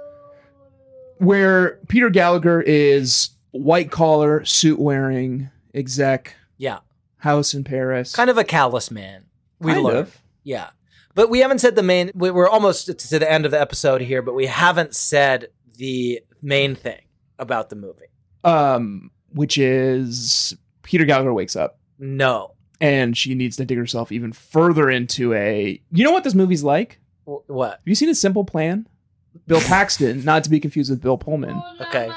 Speaker 1: Where Peter Gallagher is white collar, suit wearing, exec,
Speaker 2: Yeah.
Speaker 1: house in Paris.
Speaker 2: Kind of a callous man. We
Speaker 1: Kind
Speaker 2: learn.
Speaker 1: of.
Speaker 2: Yeah. But we haven't said the main, we- we're almost to the end of the episode here, but we haven't said the main thing about the movie.
Speaker 1: Um, which is Peter Gallagher wakes up
Speaker 2: No.
Speaker 1: and she needs to dig herself even further into a. You know what this movie's like?
Speaker 2: W- what?
Speaker 1: Have you seen A Simple Plan? Bill Paxton, not to be confused with Bill Pullman.
Speaker 2: Okay.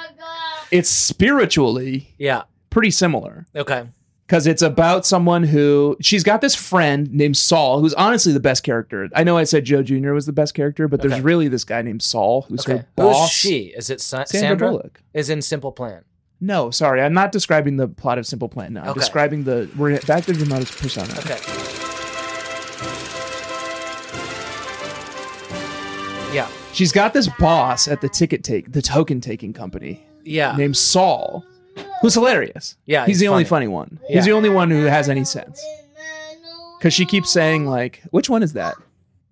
Speaker 1: It's spiritually
Speaker 2: Yeah.
Speaker 1: pretty similar.
Speaker 2: Okay.
Speaker 1: because it's about someone who she's got this friend named Saul, who's honestly the best character. I know I said Joe Jr. was the best character, but
Speaker 2: Okay.
Speaker 1: there's really this guy named Saul who's
Speaker 2: Okay.
Speaker 1: her boss.
Speaker 2: Who's she? Is it Sa-
Speaker 1: Sandra,
Speaker 2: Sandra?
Speaker 1: Bullock.
Speaker 2: Is in Simple Plan.
Speaker 1: No, sorry, I'm not describing the plot of Simple Plan. No, I'm
Speaker 2: Okay.
Speaker 1: describing the we're back to the modus persona.
Speaker 2: Okay. Yeah.
Speaker 1: She's got this boss at the ticket take, the token taking company
Speaker 2: Yeah.
Speaker 1: named Saul, who's hilarious.
Speaker 2: Ah. Yeah,
Speaker 1: he's,
Speaker 2: he's
Speaker 1: the only
Speaker 2: funny.
Speaker 1: funny one.
Speaker 2: Yeah.
Speaker 1: He's the only one who has any sense because she keeps saying like, which one is that?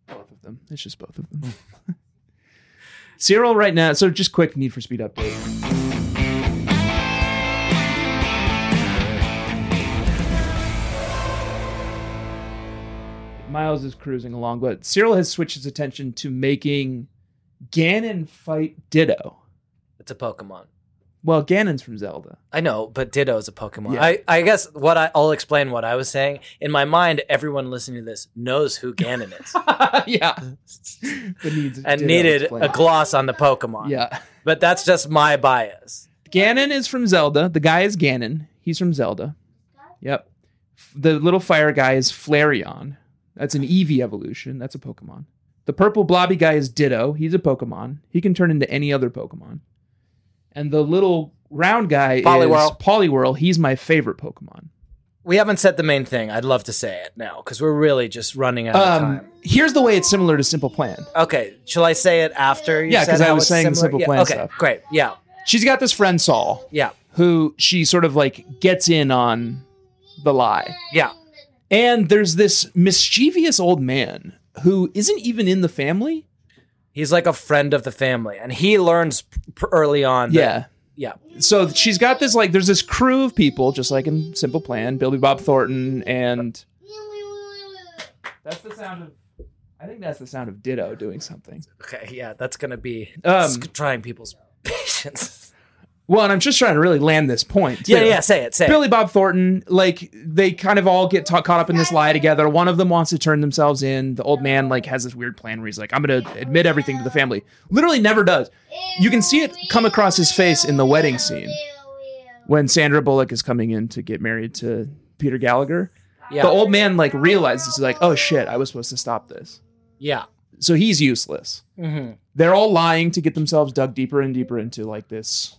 Speaker 1: Both of them. It's just both of them. Cyril, right now. So just quick Need for Speed update. Miles is cruising along, but Cyril has switched his attention to making Ganon fight Ditto.
Speaker 2: It's a Pokemon.
Speaker 1: Well, Ganon's from Zelda.
Speaker 2: I know, but Ditto is a Pokemon.
Speaker 1: Yeah.
Speaker 2: I, I guess what I, I'll explain what I was saying. In my mind, everyone listening to this knows who Ganon is
Speaker 1: yeah. but needs
Speaker 2: and
Speaker 1: Ditto
Speaker 2: needed a
Speaker 1: explained.
Speaker 2: gloss on the Pokemon.
Speaker 1: Yeah.
Speaker 2: But that's just my bias.
Speaker 1: Ganon is from Zelda. The guy is Ganon. He's from Zelda. Yep. F- The little fire guy is Flareon. That's an Eevee evolution. That's a Pokemon. The purple blobby guy is Ditto. He's a Pokemon. He can turn into any other Pokemon. And the little round guy is
Speaker 2: Poliwhirl.
Speaker 1: Poliwhirl. He's my favorite Pokemon.
Speaker 2: We haven't said the main thing. I'd love to say it now because we're really just running out of
Speaker 1: Um,
Speaker 2: time.
Speaker 1: here's the way it's similar to Simple Plan.
Speaker 2: Okay, shall I say it after? You
Speaker 1: Yeah,
Speaker 2: said
Speaker 1: 'cause I
Speaker 2: how
Speaker 1: was
Speaker 2: it's
Speaker 1: saying the
Speaker 2: similar?
Speaker 1: Simple
Speaker 2: Yeah,
Speaker 1: Plan
Speaker 2: okay,
Speaker 1: stuff.
Speaker 2: great. Yeah,
Speaker 1: She's got this friend Saul,
Speaker 2: yeah,
Speaker 1: who she sort of like gets in on the lie.
Speaker 2: yeah.
Speaker 1: And there's this mischievous old man who isn't even in the family.
Speaker 2: He's like a friend of the family, and he learns p- early on. that-
Speaker 1: Yeah.
Speaker 2: yeah.
Speaker 1: So she's got this like there's this crew of people just like in Simple Plan, Billy Bob Thornton and that's the sound of I think that's the sound of Ditto doing something.
Speaker 2: Okay, yeah, that's gonna be
Speaker 1: Um,
Speaker 2: sc- trying people's patience.
Speaker 1: Well, and I'm just trying to really land this point.
Speaker 2: Yeah,
Speaker 1: too.
Speaker 2: yeah, say it, say it.
Speaker 1: Billy Bob Thornton, like they kind of all get ta- caught up in this lie together. One of them wants to turn themselves in. The old man like has this weird plan where he's like, "I'm going to admit everything to the family." Literally, never does. You can see it come across his face in the wedding scene when Sandra Bullock is coming in to get married to Peter Gallagher.
Speaker 2: Yeah.
Speaker 1: The old man like realizes like, "Oh shit, I was supposed to stop this."
Speaker 2: Yeah.
Speaker 1: So he's useless.
Speaker 2: Mm-hmm.
Speaker 1: They're all lying to get themselves dug deeper and deeper into like this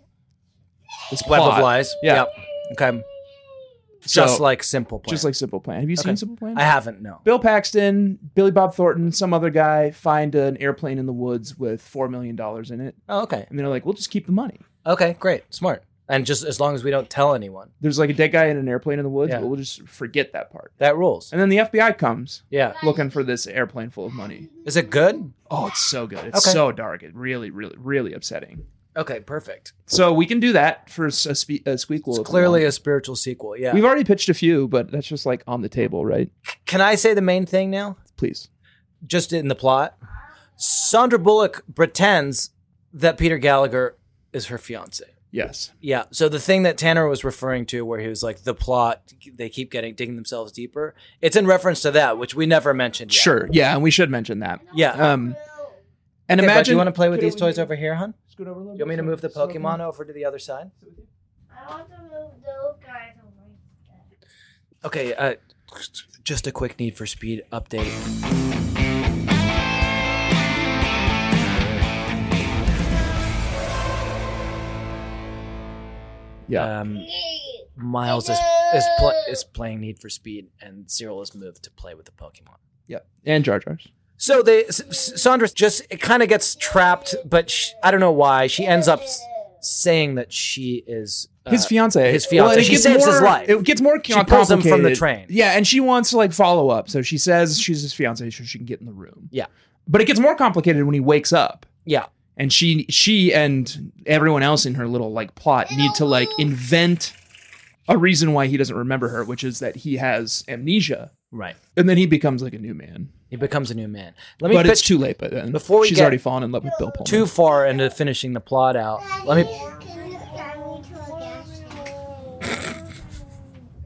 Speaker 1: this
Speaker 2: Web
Speaker 1: plot.
Speaker 2: of lies.
Speaker 1: Yeah.
Speaker 2: Yep. Okay.
Speaker 1: So-
Speaker 2: just like simple plan.
Speaker 1: Just like Simple Plan. Have you
Speaker 2: Okay.
Speaker 1: seen Simple Plan?
Speaker 2: I haven't no.
Speaker 1: Bill Paxton, Billy Bob Thornton, some other guy find an airplane in the woods with $4 million in it.
Speaker 2: Oh, okay.
Speaker 1: And they're like, we'll just keep the money.
Speaker 2: Okay. Great. Smart. And just as long as we don't tell anyone,
Speaker 1: There's like a dead guy in an airplane in the woods,
Speaker 2: Yeah.
Speaker 1: but we'll just forget that part.
Speaker 2: that rules.
Speaker 1: And then the FBI comes
Speaker 2: Yeah.
Speaker 1: looking for this airplane full of money.
Speaker 2: Is it good?
Speaker 1: Oh, it's so good. It's
Speaker 2: Okay.
Speaker 1: so dark. It really, really, really upsetting.
Speaker 2: Okay, perfect.
Speaker 1: So we can do that for a, spe- a squeakquel. if
Speaker 2: It's
Speaker 1: we
Speaker 2: clearly
Speaker 1: want.
Speaker 2: a spiritual sequel. Yeah.
Speaker 1: we've already pitched a few, but that's just like on the table, right?
Speaker 2: Can I say the main thing now?
Speaker 1: Please.
Speaker 2: Just in the plot, Sandra Bullock pretends that Peter Gallagher is her fiance.
Speaker 1: Yes.
Speaker 2: Yeah. So the thing that Tanner was referring to, where he was like, the plot, they keep getting digging themselves deeper. It's in reference to that, which we never mentioned. Yet.
Speaker 1: Sure. Yeah, and we should mention that.
Speaker 2: Yeah.
Speaker 1: Um, and
Speaker 2: Okay, bud,
Speaker 1: imagine
Speaker 2: you want to play with
Speaker 1: Could
Speaker 2: these
Speaker 1: we-
Speaker 2: toys over here, hon?
Speaker 1: Scoot over a little
Speaker 2: You want me
Speaker 1: bit
Speaker 2: to
Speaker 1: so-
Speaker 2: move the
Speaker 1: so I can-
Speaker 2: Pokemon over to the other side?
Speaker 3: I want to move those guys away.
Speaker 2: Okay. Uh, just a quick Need for Speed update.
Speaker 1: Yeah.
Speaker 2: Um,
Speaker 3: Yay.
Speaker 2: Miles is is, pl- is playing Need for Speed, and Cyril is moved to play with the Pokemon.
Speaker 1: yeah. And Jar Jar's.
Speaker 2: So they S- S- Sandra just it kind of gets trapped, but sh I don't know why she ends up s- saying that she is uh,
Speaker 1: his fiance.
Speaker 2: his fiance.
Speaker 1: and it
Speaker 2: She
Speaker 1: gets
Speaker 2: saves
Speaker 1: more,
Speaker 2: his life.
Speaker 1: It gets more
Speaker 2: She pulls him from the
Speaker 1: complicated.
Speaker 2: train.
Speaker 1: Yeah, and she wants to like follow up. So she says she's his fiance, so she can get in the room.
Speaker 2: Yeah.
Speaker 1: But it gets more complicated when he wakes up.
Speaker 2: Yeah,
Speaker 1: and she she and everyone else in her little like plot need to like invent a reason why he doesn't remember her which is that he has amnesia
Speaker 2: right.
Speaker 1: and then he becomes like a new man
Speaker 2: He becomes a new man. Let me
Speaker 1: but it's
Speaker 2: pitch
Speaker 1: too late but then
Speaker 2: Before we
Speaker 1: she's
Speaker 2: get
Speaker 1: already fallen in love with bill pullman
Speaker 2: too far into finishing the plot out. Let me.
Speaker 3: Can you drive me to a gas station?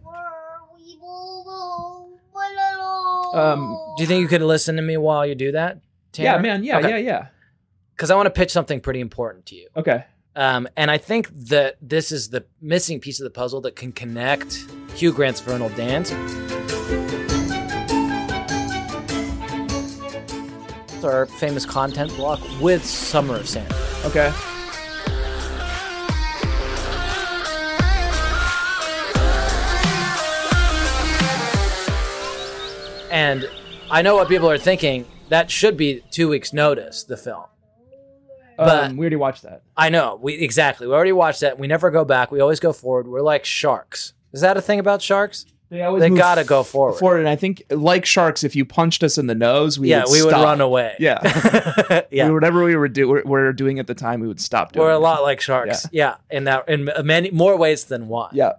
Speaker 3: Or we will go alone.
Speaker 1: Um,
Speaker 2: Do you think you could listen to me while you do that?
Speaker 1: yeah man yeah yeah yeah
Speaker 2: Because I want to pitch something pretty important to you.
Speaker 1: okay
Speaker 2: Um, and I think that this is the missing piece of the puzzle that can connect Hugh Grant's Vernal Dance. It's Our famous content block with Summer of Sand.
Speaker 1: okay
Speaker 2: And I know what people are thinking. That should be two weeks' notice, the film. But-
Speaker 1: um, we already watched that
Speaker 2: I know. We exactly. We already watched that. We never go back. We always go forward. We're like sharks. Is that a thing about sharks?
Speaker 1: they always
Speaker 2: They
Speaker 1: move
Speaker 2: gotta
Speaker 1: f-
Speaker 2: go forward.
Speaker 1: forward and i think like sharks if you punched us in the nose we
Speaker 2: yeah,
Speaker 1: would
Speaker 2: we would
Speaker 1: stop.
Speaker 2: run away.
Speaker 1: yeah
Speaker 2: yeah.
Speaker 1: We- whatever we were, do- we were doing at the time we would stop doing
Speaker 2: We're a
Speaker 1: it.
Speaker 2: lot like sharks. Yeah. in that in many more ways than one.
Speaker 1: yeah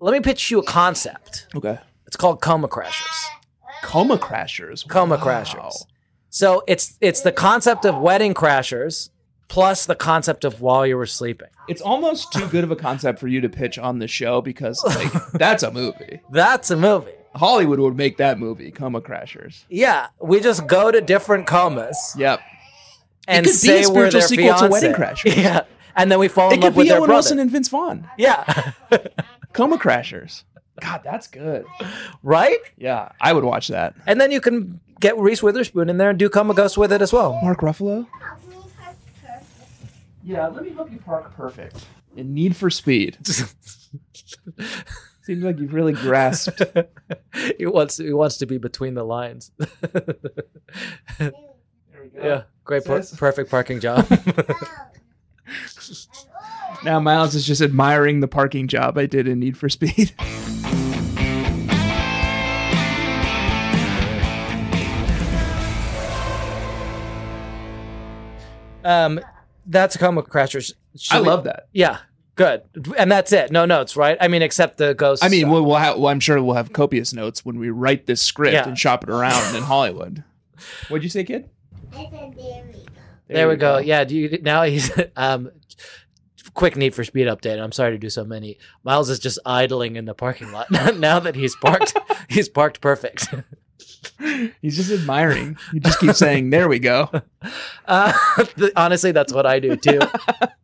Speaker 2: Let me pitch you a concept.
Speaker 1: okay
Speaker 2: It's called coma crashers.
Speaker 1: coma crashers
Speaker 2: Coma
Speaker 1: Wow.
Speaker 2: crashers. So it's it's the concept of wedding crashers plus the concept of while you were sleeping.
Speaker 1: It's almost too good of a concept for you to pitch on the show because like that's a movie.
Speaker 2: That's a movie.
Speaker 1: Hollywood would make that movie, Coma Crashers.
Speaker 2: Yeah, we just go to different comas
Speaker 1: Yep.
Speaker 2: and
Speaker 1: could be
Speaker 2: say
Speaker 1: a
Speaker 2: we're
Speaker 1: spiritual
Speaker 2: their
Speaker 1: sequel to
Speaker 2: fiance.
Speaker 1: Wedding Crashers.
Speaker 2: Yeah, and then we fall in
Speaker 1: It
Speaker 2: love
Speaker 1: could
Speaker 2: with
Speaker 1: be
Speaker 2: their
Speaker 1: Owen
Speaker 2: brother.
Speaker 1: Wilson and Vince Vaughn.
Speaker 2: Yeah,
Speaker 1: Coma Crashers. God, that's good.
Speaker 2: right.
Speaker 1: Yeah, I would watch that.
Speaker 2: And then you can get Reese Witherspoon in there and do coma ghost with it as well.
Speaker 1: Mark Ruffalo?
Speaker 3: Help me park perfect.
Speaker 1: Yeah, let me help you park perfect. In Need for Speed. Seems like you've really grasped.
Speaker 2: he wants he wants to be between the lines. yeah, great, par-
Speaker 1: Sis.
Speaker 2: perfect parking job.
Speaker 1: Now Miles is just admiring the parking job I did in Need for Speed.
Speaker 2: um, that's Coma Crashers. Should
Speaker 1: I
Speaker 2: we-
Speaker 1: love that.
Speaker 2: Yeah, good. And that's it. No notes, right? I mean, except the ghost.
Speaker 1: I mean,
Speaker 2: stuff.
Speaker 1: we'll, we'll have, well, I'm sure we'll have copious notes when we write this script
Speaker 2: Yeah.
Speaker 1: and shop it around in Hollywood. What'd you say, kid?
Speaker 3: I said, there we go.
Speaker 2: there, we go. Yeah. Do you now? He's um. Quick need for speed update. I'm sorry to do so many. Miles is just idling in the parking lot now that he's parked. he's parked perfect.
Speaker 1: He's just admiring. He just keeps saying, "There we go."
Speaker 2: Uh, th- honestly, that's what I do too.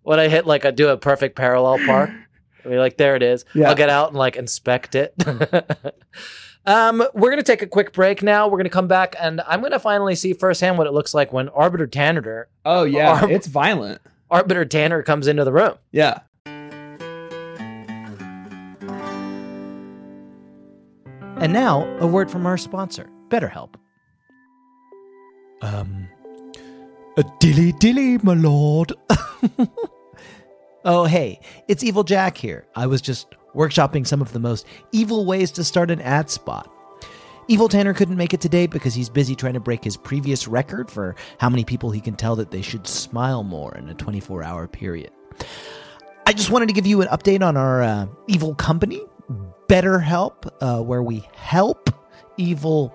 Speaker 2: when I hit like I do a perfect parallel park, I mean like there it is.
Speaker 1: Yeah.
Speaker 2: I'll get out and like inspect it. um, we're gonna take a quick break now. We're gonna come back and I'm gonna finally see firsthand what it looks like when Arbiter Tanner
Speaker 1: Oh yeah,
Speaker 2: Arm-
Speaker 1: it's violent.
Speaker 2: Arbiter Tanner comes into the room.
Speaker 1: Yeah.
Speaker 2: And now a word from our sponsor, BetterHelp. Um,
Speaker 7: A dilly dilly, my lord. oh, hey, it's Evil Jack here. I was just workshopping some of the most evil ways to start an ad spot. Evil Tanner couldn't make it today because he's busy trying to break his previous record for how many people he can tell that they should smile more in a 24 hour period. I just wanted to give you an update on our uh, evil company, BetterHelp, uh, where we help evil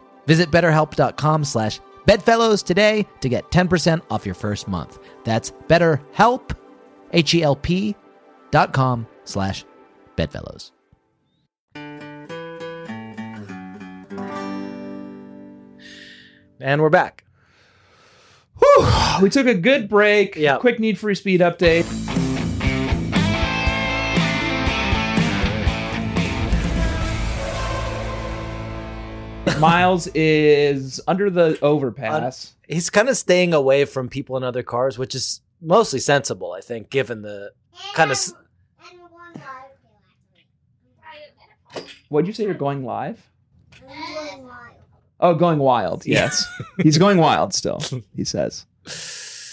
Speaker 7: Visit betterhelp.com slash bedfellows today to get 10% off your first month. That's betterhelp, H-E-L-P dot com slash bedfellows.
Speaker 2: And we're back.
Speaker 1: We took a good break.
Speaker 2: Yeah.
Speaker 1: Quick need for speed update. Miles is under the overpass.
Speaker 2: He's kind of staying away from people in other cars, which is mostly sensible, I think, given the kind of. s-
Speaker 3: And one live
Speaker 1: What'd you say? You're going live?
Speaker 3: kill. I'm doing live.
Speaker 1: Oh, going wild. Yes. He's going wild still, he says.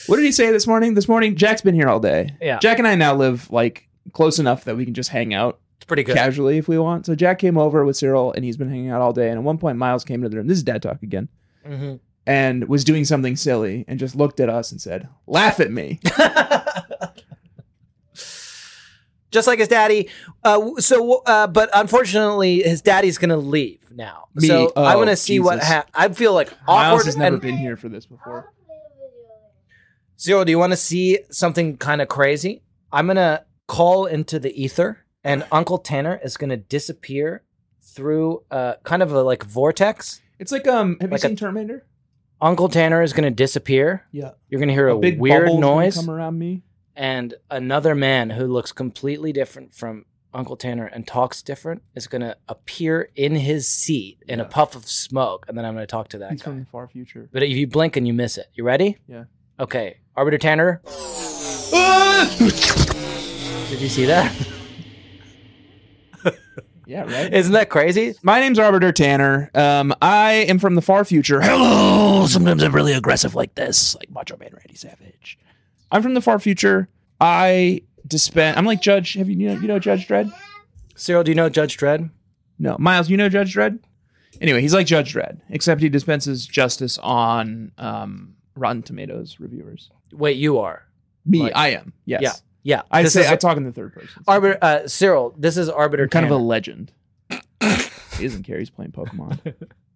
Speaker 1: What did he say this morning? This morning, Jack's been here all day.
Speaker 2: Yeah.
Speaker 1: Jack and I now live like close enough that we can just hang out
Speaker 2: It's pretty good.
Speaker 1: casually if we want. So Jack came over with Cyril and he's been hanging out all day. And at one point, Miles came into the room. This is dad talk again.
Speaker 2: Mhm.
Speaker 1: And was doing something silly and just looked at us and said, Laugh at me.
Speaker 2: Just like his daddy. Uh, so, uh, but unfortunately, his daddy's going to leave now.
Speaker 1: Me-
Speaker 2: so I
Speaker 1: oh,
Speaker 2: want to see what
Speaker 1: Jesus.
Speaker 2: happens. I feel like
Speaker 1: Miles
Speaker 2: awkward.
Speaker 1: has never
Speaker 2: and-
Speaker 1: been here for this before.
Speaker 2: Zero, do you want to see something kind of crazy? I'm going to call into the ether, and Uncle Tanner is going to disappear through uh, kind of a like vortex.
Speaker 1: It's like, um, have
Speaker 2: Like a-
Speaker 1: you seen Terminator?
Speaker 2: Uncle Tanner is going to disappear.
Speaker 1: Yeah.
Speaker 2: You're going to hear a,
Speaker 1: big
Speaker 2: weird
Speaker 1: bubble's gonna
Speaker 2: noise
Speaker 1: come around me.
Speaker 2: and another man who looks completely different from Uncle Tanner and talks different is going to appear in his seat in a
Speaker 1: Yeah.
Speaker 2: puff of smoke, and then I'm going to talk to that
Speaker 1: He's
Speaker 2: guy.
Speaker 1: from the far future.
Speaker 2: But if you blink and you miss it, you ready?
Speaker 1: Yeah.
Speaker 2: Okay, Arbiter Tanner. Did you see that?
Speaker 1: Yeah, right.
Speaker 2: Isn't that crazy?
Speaker 1: My name's Arbiter Tanner. Um, I am from the far future. Hello! Sometimes I'm really aggressive like this, like Macho Man Randy Savage. I'm from the far future. I dispense. I'm like Judge. Have you, you know you know Judge Dredd?
Speaker 2: Cyril, do you know Judge Dredd?
Speaker 1: No, Miles. You know Judge Dredd? Anyway, he's like Judge Dredd, except he dispenses justice on um, Rotten Tomatoes reviewers.
Speaker 2: Wait, you are.
Speaker 1: Me,
Speaker 2: Like-
Speaker 1: I am. Yes.
Speaker 2: Yeah. Yeah.
Speaker 1: I
Speaker 2: this
Speaker 1: say
Speaker 2: is
Speaker 1: I talk in the third person.
Speaker 2: Arbiter uh, Cyril, this is Arbiter
Speaker 1: kind of a
Speaker 2: Tanner.
Speaker 1: legend. he doesn't care. He's playing Pokemon.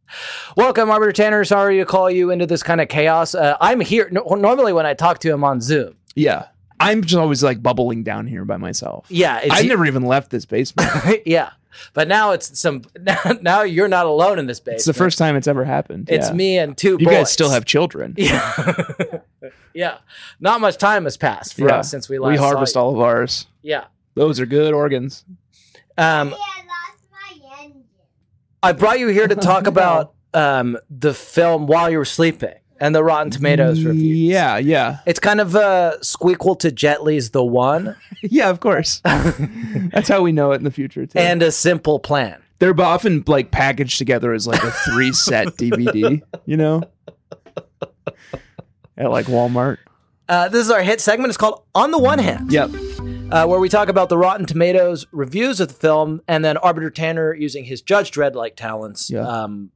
Speaker 2: Welcome, Arbiter Tanner. Sorry to call you into this kind of chaos. Uh, I'm here. No, normally, when I talk to him on Zoom,
Speaker 1: Yeah. I'm just always like bubbling down here by myself.
Speaker 2: yeah, it's, e-
Speaker 1: I've never even left this basement.
Speaker 2: yeah. But now it's some. Now, now you're not alone in this basement.
Speaker 1: It's the first time it's ever happened.
Speaker 2: It's
Speaker 1: Yeah.
Speaker 2: me and two.
Speaker 1: You
Speaker 2: boys.
Speaker 1: guys still have children.
Speaker 2: Yeah. yeah. Not much time has passed for
Speaker 1: Yeah.
Speaker 2: us since we last.
Speaker 1: We harvest
Speaker 2: saw you.
Speaker 1: all of ours.
Speaker 2: Yeah.
Speaker 1: Those are good organs.
Speaker 2: Um,
Speaker 3: Yeah, that's my engine.
Speaker 2: I brought you here to talk about um, the film while you were sleeping and the Rotten Tomatoes review.
Speaker 1: Yeah, yeah.
Speaker 2: It's kind of uh, squeakquel to Jet Li's The One
Speaker 1: Yeah, of course. That's how we know it in the future too.
Speaker 2: and A Simple Plan.
Speaker 1: they're often like packaged together as like a three set DVD, you know? At like Walmart.
Speaker 2: Uh, this is our hit segment. It's called On the One Hand.
Speaker 1: Yep.
Speaker 2: uh, where we talk about the Rotten Tomatoes reviews of the film, and then Arbiter Tanner, using his Judge Dredd like talents,
Speaker 1: Yeah.
Speaker 2: um,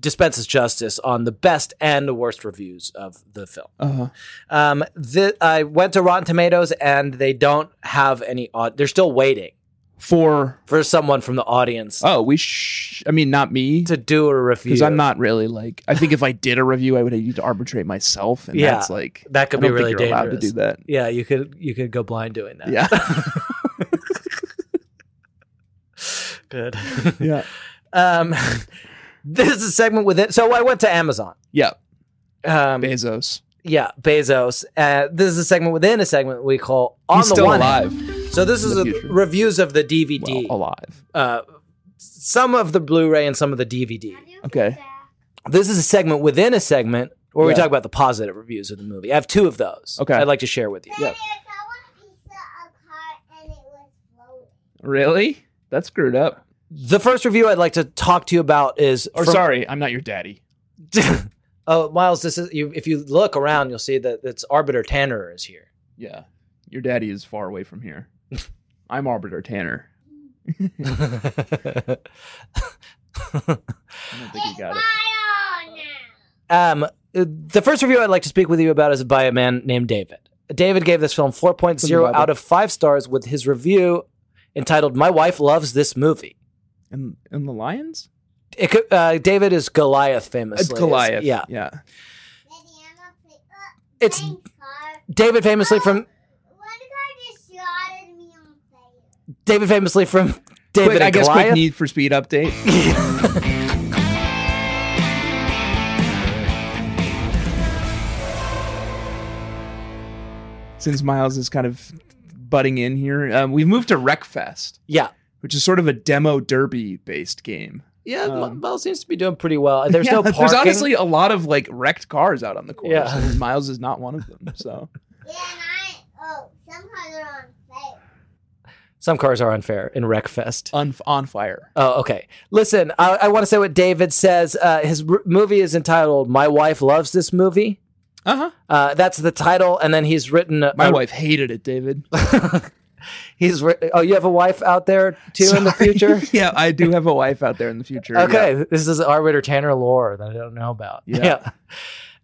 Speaker 2: dispenses justice on the best and the worst reviews of the film.
Speaker 1: Uh-huh.
Speaker 2: Um, thi- I went to Rotten Tomatoes, and they don't have any. Au- they're still waiting
Speaker 1: For
Speaker 2: for someone from the audience
Speaker 1: oh, we. Sh- I mean, not me.
Speaker 2: to do a review.
Speaker 1: because I'm not really like I think if I did a review, I would need to arbitrate myself, and
Speaker 2: Yeah.
Speaker 1: that's like
Speaker 2: That could
Speaker 1: I
Speaker 2: be
Speaker 1: don't think
Speaker 2: really
Speaker 1: you're allowed
Speaker 2: dangerous.
Speaker 1: to do that.
Speaker 2: Yeah, you could you could go blind doing that.
Speaker 1: Yeah,
Speaker 2: good.
Speaker 1: yeah,
Speaker 2: um, this is a segment with it. So I went to Amazon.
Speaker 1: yeah.
Speaker 2: Um,
Speaker 1: Bezos
Speaker 2: Yeah, Bezos. Uh, this is a segment within a segment we call "On
Speaker 1: He's
Speaker 2: the
Speaker 1: still
Speaker 2: One."
Speaker 1: alive.
Speaker 2: Hand. So this is
Speaker 1: the
Speaker 2: a,
Speaker 1: future.
Speaker 2: reviews of the DVD,
Speaker 1: Well, alive.
Speaker 2: uh, some of the Blu-ray and some of the DVD.
Speaker 1: Okay.
Speaker 2: This is a segment within a segment where we
Speaker 1: Yeah.
Speaker 2: talk about the positive reviews of the movie. I have two of those.
Speaker 1: Okay.
Speaker 2: I'd like to share with you.
Speaker 1: Yeah.
Speaker 3: Daddy, I saw one pizza apart and it was floating.
Speaker 1: Really? That's screwed up.
Speaker 2: The first review I'd like to talk to you about is
Speaker 1: Or
Speaker 2: from-
Speaker 1: sorry, I'm not your daddy.
Speaker 2: oh, Miles, this is you. If you look around, you'll see that it's Arbiter Tanner is here.
Speaker 1: Yeah, your daddy is far away from here. I'm Arbiter Tanner. I don't think he got it.
Speaker 3: I own now.
Speaker 2: Um, the first review I'd like to speak with you about is by a man named David. David gave this film 4.0
Speaker 1: Bible.
Speaker 2: out of 5 stars with his review entitled My Wife Loves This Movie.
Speaker 1: And and the lions?
Speaker 2: It could, uh, David is Uh, Goliath famously.
Speaker 1: Uh, Goliath.
Speaker 2: Yeah.
Speaker 1: yeah.
Speaker 3: Daddy, I'm a pig. Uh,
Speaker 2: It's
Speaker 3: thanks, Carl.
Speaker 2: David famously from
Speaker 3: One guy just shot at me on fire.
Speaker 2: David famously from David
Speaker 1: Quick, I
Speaker 2: and
Speaker 1: guess
Speaker 2: Goliath.
Speaker 1: quick Need for Speed update. Since Miles is kind of butting in here, um, we've moved to Wreckfest,
Speaker 2: yeah.
Speaker 1: which is sort of a demo derby based game.
Speaker 2: Yeah,
Speaker 1: Um,
Speaker 2: Miles seems to be doing pretty well. There's
Speaker 1: Yeah,
Speaker 2: no parking.
Speaker 1: There's honestly a lot of like wrecked cars out on the course.
Speaker 2: Yeah.
Speaker 1: and Miles is not one of them. So
Speaker 3: Yeah, and I. Oh, some cars are on fire.
Speaker 2: Some cars are unfair in Wreckfest.
Speaker 1: on on fire.
Speaker 2: Oh, okay. Listen, I, I want to say what David says. Uh, his r- movie is entitled "My Wife Loves This Movie."
Speaker 1: Uh huh.
Speaker 2: Uh, that's the title, and then he's written. uh,
Speaker 1: My
Speaker 2: uh,
Speaker 1: wife hated it, David.
Speaker 2: He's written. Oh, you have a wife out there too in the
Speaker 1: Sorry.
Speaker 2: future.
Speaker 1: yeah, I do have a wife out there in the future. yeah.
Speaker 2: Okay, this is Arbiter Tanner lore that I don't know about.
Speaker 1: Yeah.